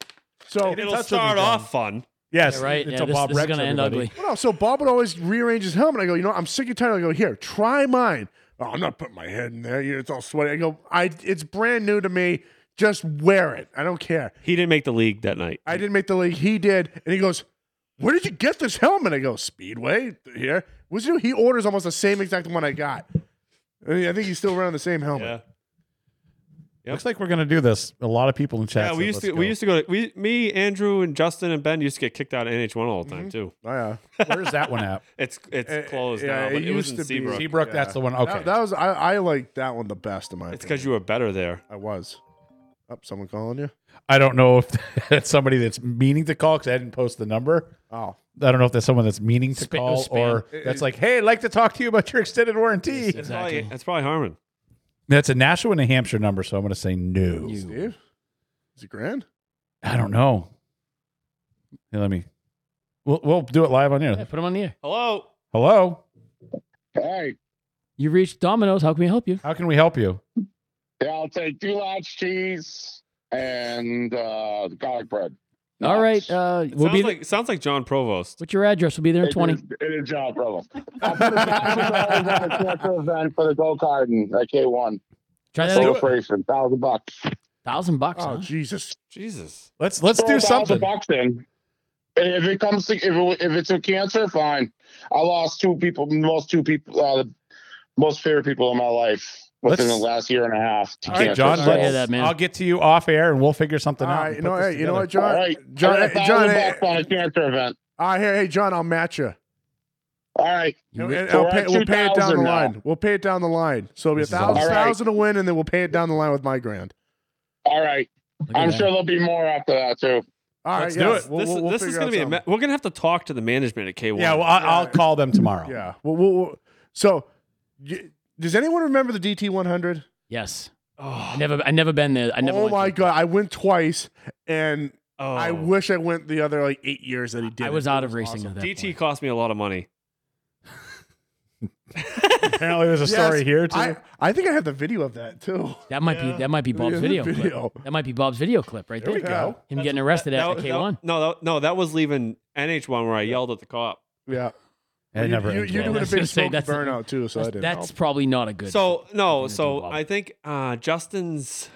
S3: So,
S1: Get in
S4: It'll
S1: touch with me,
S4: start
S1: John.
S4: off fun.
S1: Yes,
S2: Yeah, right? Yeah,
S1: Until
S2: this,
S1: Bob
S2: this is
S1: wrecks
S2: going to end
S1: everybody.
S2: ugly.
S3: well, no, so Bob would always rearrange his helmet. I go, you know, I'm sick and tired. I go, here, try mine. Oh, I'm not putting my head in there. You- It's all sweaty. I go, I, it's brand new to me. Just wear it. I don't care.
S4: He didn't make the league that night.
S3: I didn't make the league. He did. And he goes, Where did you get this helmet? I go, Speedway here. What's he do? He orders almost the same exact one I got. I mean, I think he's still running the same helmet.
S4: Yeah. Yep.
S1: Looks like we're gonna do this. A lot of people in chat.
S4: Yeah,
S1: said,
S4: we used to
S1: "Let's go."
S4: we used to go to we me Andrew and Justin and Ben used to get kicked out of NH1 all the time
S3: Mhm.
S4: too.
S3: Oh, yeah.
S1: Where's that one
S4: (laughs)
S1: at?
S4: It's it's
S3: Eh,
S4: closed
S3: yeah,
S4: now,
S3: it
S4: but it, was
S3: used
S4: in
S3: to be- Seabrook.
S4: Seabrook.
S1: Seabrook.
S3: Yeah.
S1: That's the one. Okay.
S3: That, that was I, I liked that one the best in my
S4: It's
S3: opinion.
S4: because you were better there.
S3: I was. Up, someone calling you.
S1: I don't know if (laughs) that's somebody that's meaning to call because I didn't post the number.
S3: Oh,
S1: I don't know if that's someone that's meaning to
S2: Spam-
S1: call or
S3: spam.
S1: that's like, hey, I'd like to talk to you about your extended warranty.
S4: It's
S2: Exactly.
S4: probably, that's probably Harmon.
S1: That's a Nashua and New Hampshire number, so I'm going to say no.
S2: You-
S3: Steve. Is it grand?
S1: I don't know. Hey, let me. We'll, we'll do it live on
S2: Yeah,
S1: here.
S2: put them on the air.
S4: Hello.
S1: Hello,
S5: Hey,
S2: You reached Domino's. How can we help you?
S1: how can we help
S3: (laughs)
S1: you?
S5: yeah, I'll take two large cheese and uh, garlic bread.
S2: All right.
S5: Nuts.
S2: Uh,
S4: It
S2: we'll
S4: sounds
S2: be.
S4: like sounds like John Provost.
S2: what's your address? We'll be there in
S5: It
S2: twenty.
S5: is- It is John (laughs) Provo. I put a thousand dollars on a corporate event for the go karting at K1.
S2: Try that.
S1: do
S2: again.
S1: it.
S5: Boat racing, thousand bucks.
S2: Thousand bucks.
S3: Oh,
S2: huh?
S3: Jesus.
S4: Jesus.
S1: Let's let's
S5: Throw
S1: do
S5: a thousand
S1: something.
S5: Bucks in. And If it comes to if, it, if it's a cancer, fine. I lost two people, most two people, uh, the most favorite people in my life within
S1: Let's-
S5: the last year and a half. to
S1: All right,
S5: cancer.
S1: John.
S2: Sorry to hear
S1: let's-
S2: that, man.
S1: I'll get to you off air, and we'll figure something
S3: All
S1: out.
S3: right,
S1: and
S3: you know,
S1: put this
S3: hey, you know
S1: together.
S3: what, John?
S5: All right,
S3: John,
S5: I got a
S3: hey,
S5: thousand
S3: John, hey,
S5: bucks on a cancer event.
S3: all right, here, hey, John, I'll match you.
S5: All right,
S3: And,
S2: re-
S3: and
S5: So
S3: I'll
S5: we're
S3: pay,
S5: at
S3: we'll pay it down
S5: 2,000
S3: the
S5: now.
S3: line. We'll pay it down the line. So it'll be a
S1: This is
S3: thousand,
S5: awesome.
S3: thousand to win, and then we'll pay it down the line with my grand.
S5: all right.
S2: Look at
S5: I'm
S2: that.
S5: sure there'll be more after that too.
S3: All right,
S1: Let's
S3: yeah,
S1: do
S4: This,
S1: it.
S3: We'll,
S4: this-
S3: we'll, we'll
S4: this is
S3: figure out
S4: going to be. A
S3: something.
S4: ma- we're going to have to talk to the management at K1.
S1: Yeah, well, I, I'll call them tomorrow.
S3: Yeah. Well, we'll, we'll- so, y- does anyone remember the DT 100?
S2: Yes. I
S4: oh,
S2: never. I never been there. I never.
S3: oh
S2: went
S3: my
S2: there.
S3: god, I went twice, and
S4: oh.
S3: I wish I went the other like eight years that he did.
S2: I
S3: it.
S2: was
S3: It
S2: out of racing
S3: awesome.
S2: at that
S4: DT
S2: point.
S4: cost me a lot of money.
S1: Apparently, there's a
S3: Yes,
S1: story here too.
S3: I, I think I have the video of that too.
S2: That might
S4: Yeah.
S2: be. That might be
S3: (laughs)
S2: Bob's
S3: Yeah,
S2: video.
S3: the video.
S2: Clip. That might be Bob's video clip right there.
S3: we go.
S2: Him getting arrested
S4: That-
S2: at
S4: that-
S2: K one.
S4: No, that, no, that was leaving NH1 where I yelled at the cop.
S3: Yeah,
S1: I
S3: you,
S1: never.
S3: You, you
S1: enjoyed
S3: doing
S1: it.
S3: a
S2: That's
S3: big
S2: gonna say,
S3: smoke
S2: that's-
S3: burnout too, so I
S2: That's,
S3: didn't.
S2: that's
S3: know.
S2: probably not a good.
S4: So
S2: Nothing
S4: no,
S2: to do,
S4: so
S2: Bob.
S4: I think uh, Justin's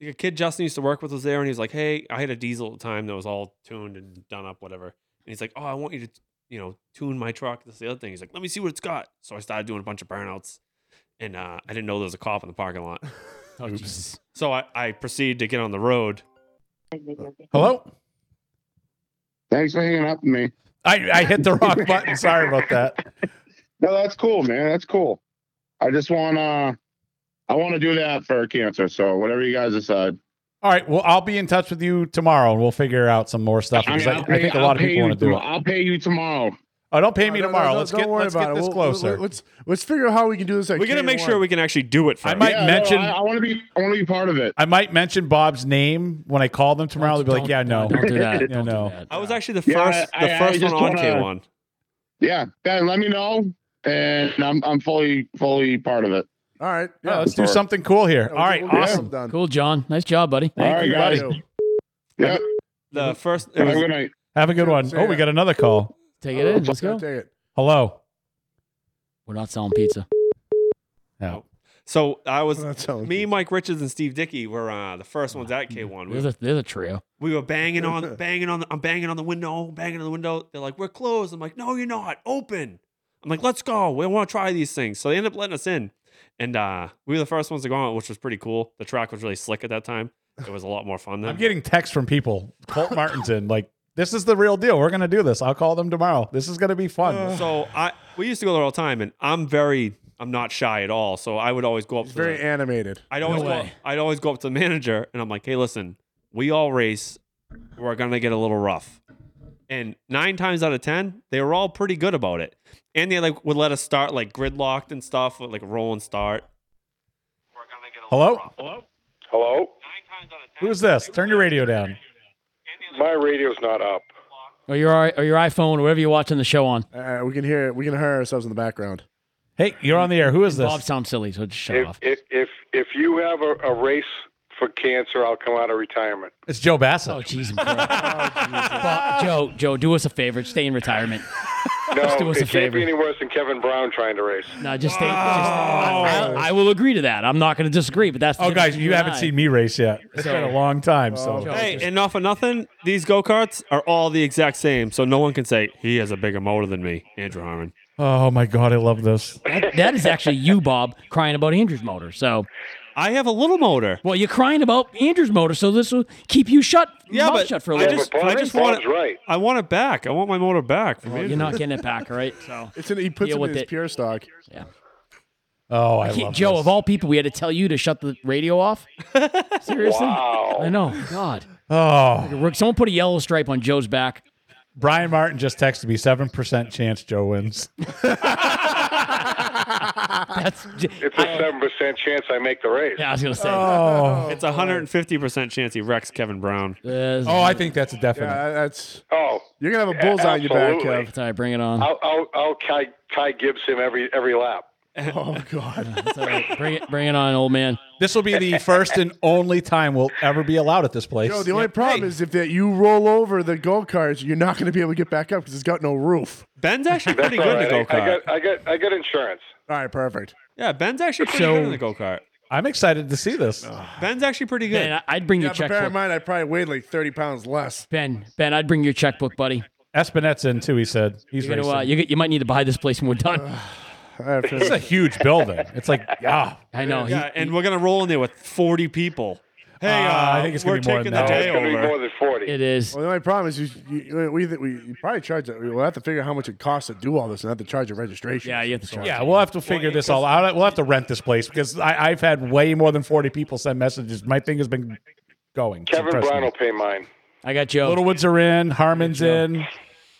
S4: the kid Justin used to work with was there, and he's like, "Hey, I had a diesel at the time that was all tuned and done up, whatever." And he's like, "Oh, I want you to, you know, tune my truck." This is the other thing. He's like, "Let me see what it's got." So I started doing a bunch of burnouts, and uh, I didn't know there was a cop in the parking lot.
S2: (laughs) Oh, Jesus.
S4: So I, I proceeded to get on the road.
S1: Hello.
S5: Thanks for hanging up with me.
S1: I, I hit the wrong button. Sorry about that.
S5: No, that's cool, man. That's cool. I just want to, I want to do that for cancer. So whatever you guys decide.
S1: All right. Well, I'll be in touch with you tomorrow, and we'll figure out some more stuff. because I,
S5: I'll
S1: I
S5: pay-
S1: think a
S5: I'll
S1: lot of
S5: pay
S1: people
S5: you
S1: want to do
S5: tomorrow.
S1: it.
S5: I'll pay you tomorrow.
S1: Oh, don't pay me
S3: No, no, no,
S1: tomorrow.
S3: no,
S1: let's
S3: don't
S1: get
S3: worry
S1: let's
S3: about
S1: get
S3: it.
S1: this
S3: We'll- we'll-
S1: closer.
S3: Let's let's figure out how we can do this. At
S4: We're gonna make
S3: K1.
S4: sure we can actually do it. First.
S1: might
S5: Yeah, no,
S1: mention-
S5: I, want to be, I want to be part of it.
S1: I might mention Bob's name when I call them tomorrow. They'll be like,
S2: Don't-
S1: "Yeah, no."
S2: Don't do that.
S1: Yeah,
S2: Don't do
S1: no.
S2: that.
S4: I was actually the
S5: Yeah, I-
S4: first, the
S5: I- I
S4: first
S5: just
S4: one on
S5: wanna-
S4: K1.
S5: Yeah, Ben, let me know, and I'm, I'm fully, fully part of it.
S3: All right.
S1: Yeah, let's do
S5: Sure.
S1: something cool here.
S3: Yeah,
S1: All right,
S3: we'll get
S1: Oh, awesome.
S3: something Done.
S2: Cool, John. Nice job, buddy.
S5: All right,
S1: you,
S5: guys.
S1: buddy.
S5: Yeah, Mhm.
S4: The first, it
S5: have a
S4: was,
S5: good night.
S1: Have a good
S3: Yeah,
S1: one.
S3: see
S1: Oh, we
S3: ya.
S1: got another call.
S2: Take it in. Let's
S3: Gonna
S2: go.
S3: Take it.
S1: Hello.
S2: We're not selling pizza.
S1: No.
S4: so I was
S3: That sounds-
S4: Me, Mike Richards, and Steve Dickey were uh, the first ones at K1.
S2: There's
S4: We,
S2: a, there's a trio.
S4: we were banging on, banging on the, I'm banging on the window, banging on the window. They're like, "We're closed." I'm like, "No, you're not. Open." I'm like, "Let's go. We want to try these things." So they ended up letting us in, and uh, we were the first ones to go on, which was pretty cool. The track was really slick at that time. It was a lot more fun
S1: I'm
S4: then.
S1: getting texts from people. Colt Martin's in. Like, this is the real deal. We're gonna do this. I'll call them tomorrow. This is gonna be fun.
S4: (laughs)
S3: Uh.
S4: so I, we used to go there all the time, and I'm very, I'm not shy at all. So I would always go up.
S3: It's
S4: to the-
S3: very animated.
S4: I'd always
S2: No
S4: go up,
S2: way.
S4: I'd always go up to the manager and I'm like, hey, listen, we all race. We're gonna get a little rough. And nine times out of ten, they were all pretty good about it. And they like would let us start like gridlocked and stuff, with, like a roll and start.
S1: Hello.
S6: Hello?
S1: Who's this? Turn your radio down.
S6: My radio's not up.
S2: Or your i- or your iPhone, or whatever you're watching the show on.
S3: Uh, we can hear it. We can hear ourselves in the background.
S1: Hey, you're on the air. Who is
S2: Bob
S1: this?
S2: sounds silly, so just shut
S6: If,
S2: off.
S6: if if if you have a, a race for cancer, I'll come out of retirement.
S1: It's Joe
S2: Oh,
S1: Bassett.
S2: Jesus. (laughs) Bob, Joe, Joe, do us a favor. Stay in retirement.
S6: No,
S2: do us a
S6: it can't
S2: favor.
S6: be any worse than Kevin Brown trying to race.
S2: No, just
S1: Oh.
S2: stay. Just, I, I will agree to that. I'm not going to disagree, but that's. the
S1: Oh,
S2: difference
S1: guys,
S2: between
S1: you
S2: and
S1: haven't
S2: I.
S1: seen me race yet. It's
S2: So-
S1: been a long time.
S3: Oh,
S1: So
S3: Joe.
S4: Hey,
S2: just-
S4: and not for nothing, these go-karts are all the exact same. So no one can say he has a bigger motor than me, Andrew Harmon.
S1: Oh my god, I love this.
S2: That- that is actually you, Bob, crying about Andrew's motor. So
S4: I have a little motor.
S2: Well, you're crying about Andrew's motor, so this will keep you shut.
S4: Yeah,
S2: mouth
S4: but
S2: shut for a
S4: I
S2: little.
S4: just-
S6: but Bob's-
S4: I just wanna- (laughs)
S6: Bob's right.
S4: I want it back. I want my motor back. from
S2: Well,
S4: Andrew.
S2: you're not getting it back,
S1: (laughs)
S2: all right? So,
S3: It's in, he puts
S2: Deal
S3: it in
S2: with
S3: his
S2: it.
S3: pure stock.
S1: Oh, I
S2: Can't-
S1: love
S2: Joe,
S1: this.
S2: of all people, we had to tell you to shut the
S1: (laughs)
S2: radio off. Seriously,
S6: Wow.
S2: I know. God,
S1: Oh,
S2: someone put a yellow stripe on
S1: (laughs)
S2: Joe's back.
S1: Brian Martin just texted me seven percent chance Joe wins.
S2: That's
S6: It's a seven percent chance I make the race.
S2: yeah. I was gonna say.
S1: Oh,
S4: It's a 150% chance he wrecks Kevin Brown.
S2: That's-
S1: oh, I think that's a
S3: Yeah,
S1: definite.
S3: that- Uh, that's
S6: Oh,
S3: you're gonna have a bullseye on your back,
S6: Absolutely.
S3: Kev.
S2: That's all right. Bring it on.
S6: I'll I'll, I'll Kai, Kai Gibbs him every every lap.
S3: (laughs) Oh God,
S2: (laughs) That's all right. Bring it. Bring it on, old man.
S1: This will be the first and only time we'll ever be allowed at this place.
S3: Joe. The only problem is if that you roll over the go karts, you're not gonna be able to get back up because it's got no roof.
S4: Ben's actually
S6: That's
S4: pretty
S6: all
S4: good in the
S6: right.
S4: go
S6: I, I
S4: kart.
S6: got I got I got insurance.
S3: All right, perfect.
S4: Yeah, Ben's actually pretty
S2: So-
S4: good in the go kart.
S1: I'm excited to see this.
S4: Ben's actually pretty good.
S2: Ben, I- I'd bring
S3: Yeah,
S2: your
S3: but bear in
S2: checkbook.
S3: mind, I probably weighed like 30 pounds less.
S2: Ben, Ben, I'd bring your checkbook, buddy.
S1: Espinette's in too. He said he's
S2: You're
S1: racing.
S2: gonna, uh, you, you might need to buy this place when we're done. (laughs)
S3: I feel-
S1: It's a huge building. It's like ah, yeah.
S2: I know. he-
S4: yeah, and we're gonna roll in there with 40 people. Hey,
S1: Uh,
S4: uh,
S1: I think it's gonna
S4: we're
S1: be more
S4: taking
S1: than that.
S4: the day
S6: It's gonna be more
S4: over.
S6: than forty.
S2: it is.
S3: well, the only problem is you, you, we, we you probably charge. it- We'll have to figure out how much it costs to do all this and have to charge a registration.
S2: Yeah, you have to charge.
S1: Yeah, we'll have to figure this all out. We'll have to rent this place because I, I've had way more than forty people send messages. My thing has been going. It's
S6: Kevin
S1: impressive.
S6: Brown will pay mine.
S2: I got Joe.
S1: Littlewoods are in. Harmon's in.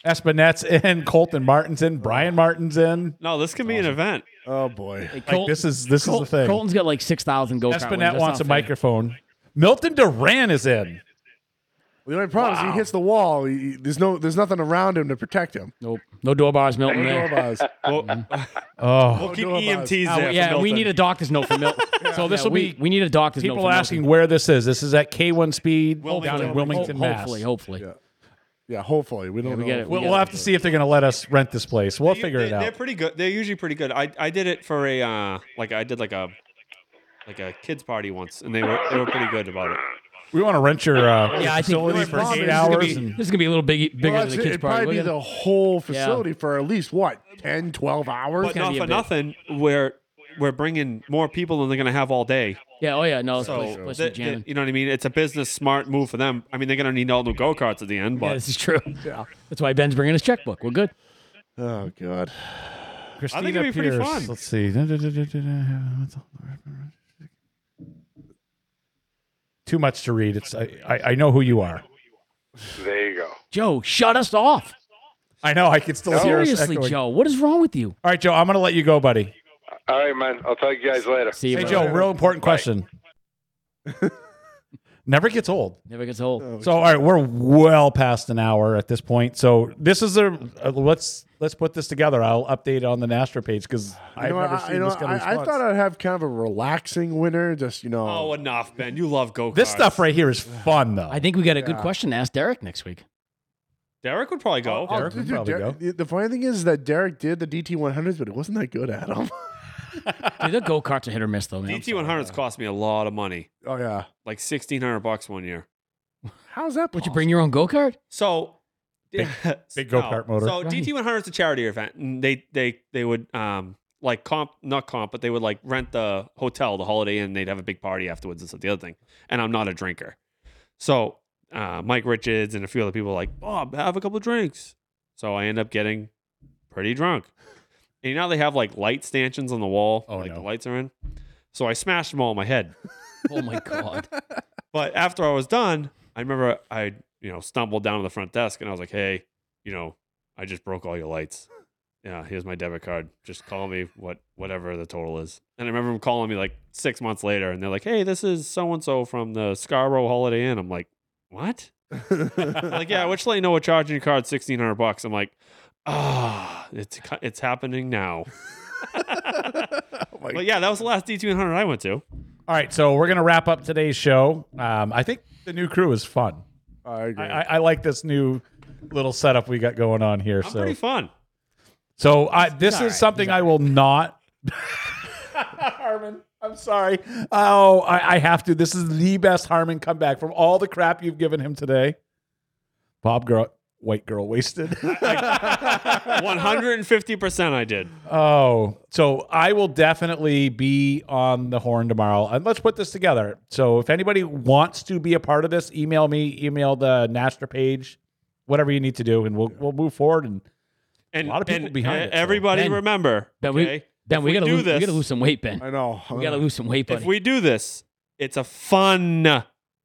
S1: Espinette's in. Colton Martin's in. Brian Martin's in.
S4: No, this can be an event.
S3: Oh boy.
S2: Hey,
S1: Like
S2: Col-
S1: this is this
S2: Col-
S1: is the thing.
S2: Colton's got like six thousand go.
S1: Espinette wants a microphone. Milton Duran is in.
S3: The only problem is he hits the wall. He, he- there's no, there's nothing around him to protect him.
S2: Nope. No door bars, Milton.
S3: Door
S2: There.
S3: bars.
S6: Uh,
S4: We'll,
S1: Oh,
S4: we'll keep E
S3: know about
S4: EMTs
S2: Oh,
S4: there. for
S2: yeah, and we
S4: Milton.
S2: need a doctor's note for Milton. so
S1: this will
S2: we,
S1: be-
S2: we need a doctor's note.
S1: people
S2: for
S1: are
S2: Milton.
S1: asking where this is. This is at K1 Speed down in Wilmington,
S2: Ho-
S1: Mass.
S2: Hopefully, hopefully.
S3: Yeah. Yeah, hopefully we don't.
S2: we
S3: know.
S2: get it.
S1: We'll, we'll have to see if they're going to let us rent this place. We'll
S4: You-
S1: figure
S4: they,
S1: it
S4: They're
S1: out.
S4: pretty good. They're usually pretty good. I, I did it for a uh, like I did like a like a kids party once, and they were they were pretty good about it.
S1: We want to rent your uh,
S2: Yeah, I think
S1: facility
S2: this
S1: for
S3: is
S1: eight
S3: gonna be-
S1: hours.
S2: This
S1: and-
S2: is gonna be a little big, bigger
S3: Well,
S2: than
S3: that's
S2: the
S3: it.
S2: kids'
S3: It'd probably
S2: party.
S3: be
S2: We're gonna-
S3: the whole facility for at least what 10, 12 hours.
S4: But
S2: gonna
S4: not
S2: be a
S4: for
S2: bit.
S4: nothing, we're we're bringing more people than they're gonna have all day.
S2: Yeah. Oh yeah. No. This
S4: So
S2: place, place
S4: th-
S2: is
S4: th-
S2: jamming.
S4: you know what I mean? It's a business smart move for them. I mean, they're gonna need all new go karts at the end,
S2: yeah,
S4: but
S2: this is true. That's why Ben's bringing his checkbook. We're good.
S3: oh god.
S1: Christina
S4: it'd be pretty
S1: Pierce.
S4: fun.
S1: Let's see. Da- da- da- da- da- da. Too much to read. It's I, I, I know who you are.
S6: There you go.
S2: Joe, shut us off.
S1: I know. I can still hear us
S2: Seriously,
S1: Oh, echoing.
S2: Joe, what is wrong with you?
S1: All right, Joe. I'm going to let you go, buddy.
S6: All right, man. I'll talk to you guys later.
S2: See you,
S1: Hey,
S2: bro.
S1: Joe, real important question. (laughs) Never gets old.
S2: Never gets old.
S1: So, all right, we're well past an hour at this point. So, this is a uh, let's let's put this together. I'll update it on the Nastra page because I've
S3: You know,
S1: never
S3: I,
S1: seen
S3: you know,
S1: this kind of
S3: I, I
S1: response.
S3: thought I'd have kind of a relaxing winter, just you know.
S4: oh, enough, Ben. You love go karts.
S1: this stuff right here is fun, though.
S2: I think we got a good
S3: Yeah.
S2: question to ask Derek next week.
S4: Derek would probably go.
S1: Derek would probably
S3: Oh, Derek-
S1: go.
S3: The, the funny thing is that Derek did the DT 100s, but it wasn't that good at them.
S2: Dude, the go karts are hit or miss though, man.
S4: DT 100s cost me a lot of money,
S3: oh yeah.
S4: like 1600 bucks one year.
S3: How's that?
S2: Would you
S3: possible?
S2: bring your own go kart?
S4: (laughs) So
S1: Big- big go-kart motor.
S4: So
S2: Right.
S4: DT 100 is a charity event, and they they they would um like comp not comp, but they would like rent the hotel, the Holiday Inn. They'd have a big party afterwards. That's the other thing. And I'm not a drinker, so uh, Mike Richards and a few other people were like Bob have a couple drinks. So I end up getting pretty drunk. And you know how they have like light stanchions on the wall,
S1: Oh,
S4: like
S1: no.
S4: the lights are in. So I smashed them all in my head.
S2: Oh my god.
S4: But after I was done, I remember I, you know, stumbled down to the front desk and I was like, hey, you know, I just broke all your lights. Yeah, here's my debit card. Just call me what whatever the total is. And I remember them calling me like six months later and they're like, Hey, this is so and so from the Scarborough Holiday Inn. I'm like,
S3: (laughs)
S4: What? They're like, yeah, which let you know we're charging your card sixteen hundred bucks. I'm like, ah, it's co- it's happening now.
S3: (laughs) Oh, my
S4: But yeah, that was the last D two hundred I went to.
S1: all right, so we're gonna wrap up today's show. Um, I think the new crew is fun.
S3: I agree.
S1: I, I, I like this new little setup we got going on here.
S4: I'm
S1: so,
S4: pretty fun.
S1: so I, this is
S2: alright,
S1: something I will not. (laughs) Harmon, I'm sorry. Oh, I, I have to. This is the best Harmon comeback from all the crap you've given him today. Bob Girl, white girl (laughs) wasted.
S4: One hundred and fifty percent, I did.
S1: (laughs) Oh, so I will definitely be on the horn tomorrow, and let's put this together. So if anybody wants to be a part of this, email me, email the Naster page, whatever you need to do, and we'll we'll move forward. And
S4: And
S1: A lot of people
S4: and uh,
S1: behind it, so.
S4: Everybody,
S2: Ben.
S4: remember,
S2: Ben, we-
S4: okay?
S2: Ben,
S4: If
S2: we,
S4: we
S2: gotta
S4: do
S2: lose,
S4: this-
S2: we gotta lose some weight, Ben.
S3: I know.
S2: we gotta lose some weight, buddy.
S4: if we do this, it's a fun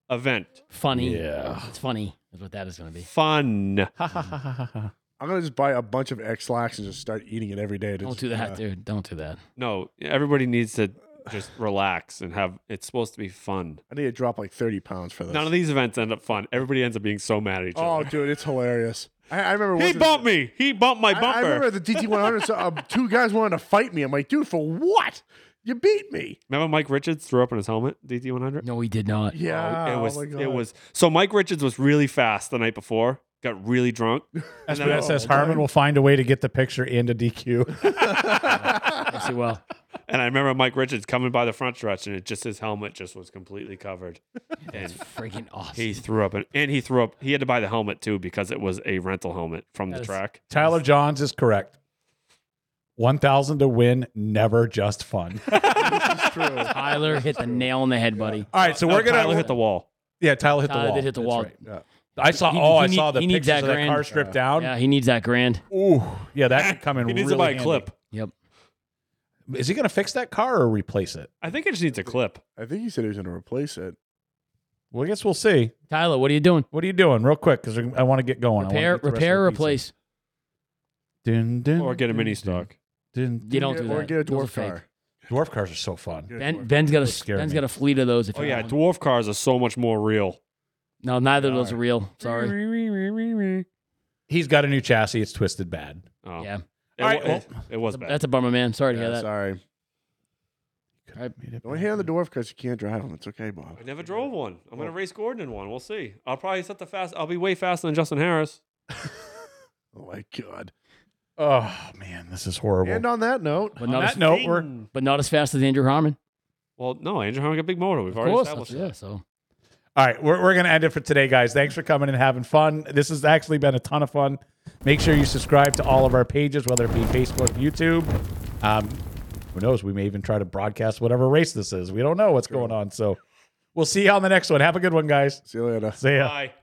S4: event.
S2: funny,
S1: Yeah.
S2: it's funny. Is what that is gonna be.
S4: Fun.
S3: I'm gonna just buy a bunch of X lax and just start eating it every day. to
S2: Don't
S3: just,
S2: do that,
S3: uh,
S2: dude. Don't do that.
S4: No, everybody needs to just relax and have. It's supposed to be fun.
S3: I need to drop like 30 pounds for this.
S4: None of these events end up fun. Everybody ends up being so mad at each
S3: Oh,
S4: other.
S3: dude, it's hilarious. I, I remember.
S4: he
S3: once-
S4: bumped me. He bumped my
S3: I, I
S4: bumper.
S3: remember
S4: remember,
S3: at the DT 100. So, um, two guys wanted to fight me. I'm like, dude, for what? You beat me.
S4: Mike Richards threw up in his helmet. DT one hundred.
S2: No, we did not.
S3: Yeah.
S4: it was.
S3: Oh my God.
S4: it was. So Mike Richards was really fast the night before. Got really drunk.
S1: That's
S4: then-
S1: what that says
S3: Oh,
S1: Harmon
S3: man.
S1: will find a way to get the picture and a
S4: (laughs)
S1: DQ.
S2: I see. Well,
S4: And I remember Mike Richards coming by the front stretch, and it just his helmet just was completely covered. And
S2: freaking awesome.
S4: he threw up, and, and he threw up. He had to buy the helmet too because it was a rental helmet from the
S2: That is-
S4: track.
S1: Tyler Johns is correct. One thousand to win, never just fun. All
S3: It's true.
S2: Tyler hit the nail on the head, buddy.
S1: right, so we're
S4: No,
S1: gonna
S4: Tyler hit the wall.
S1: yeah. Tyler hit the
S2: Tyler
S1: wall.
S2: did hit the
S1: That's
S2: wall.
S1: right. I saw.
S2: He-
S1: oh,
S2: he
S1: I
S2: need-
S1: saw the
S2: he
S1: pictures
S2: needs that
S1: of that
S2: grand-
S1: car stripped down.
S2: Yeah, he needs that grand.
S1: Ooh, yeah, that could come in.
S4: He needs
S1: really
S4: to buy a
S1: handy.
S4: clip.
S2: Yep.
S1: Is he going to fix that car or replace it?
S4: I think it just needs a clip.
S3: I think he said he was gonna replace it.
S1: Well, I guess we'll see.
S2: Tyler, what are you doing?
S1: What are you doing, real quick? Because I want to get going.
S2: Repair, repair, or replace.
S4: Or get a mini stock.
S2: You don't do
S3: or
S2: that.
S3: get
S2: Those are
S3: a dwarf
S2: fake.
S3: car.
S1: Dwarf cars are so fun.
S3: Get a
S2: Ben,
S3: dwarf.
S2: Ben's got
S1: Those
S2: a
S1: scare
S2: Ben's
S1: me.
S2: got a fleet of those. If
S4: Oh
S2: you
S4: yeah,
S2: want one.
S4: dwarf cars are so much more real.
S2: no, neither of
S3: They
S2: those are
S3: are.
S2: real. Sorry.
S1: He's got a new chassis. It's twisted bad.
S4: Oh.
S2: Yeah.
S4: It,
S1: All right,
S4: wa-
S1: well-
S4: it, it was bad.
S2: That's a bummer, man. Sorry to hear
S3: Yeah,
S2: that.
S3: sorry. Don't hand the dwarf because you can't drive them. It's okay, Bob.
S4: I never drove one. I'm gonna race Gordon in one. We'll see. I'll probably set the fast. I'll be way faster than Justin Harris.
S3: Oh my god.
S1: Oh man, this is horrible.
S3: And on that note,
S2: But
S1: On
S2: not,
S1: that
S2: as,
S1: note, we're
S2: but not as fast as Andrew Harmon.
S4: Well, no, Andrew Harmon got a big motor. We've
S2: Of
S4: already
S2: course.
S4: established
S2: that's-
S4: that.
S2: yeah. So
S1: all right. We're we're gonna end it for today, guys. Thanks for coming and having fun. This has actually been a ton of fun. Make sure you subscribe to all of our pages, whether it be Facebook, YouTube. Um, who knows? We may even try to broadcast whatever race this is. We don't know what's going on. So we'll see you on the next one. Have a good one, guys.
S3: see you later.
S1: See ya.
S4: Bye.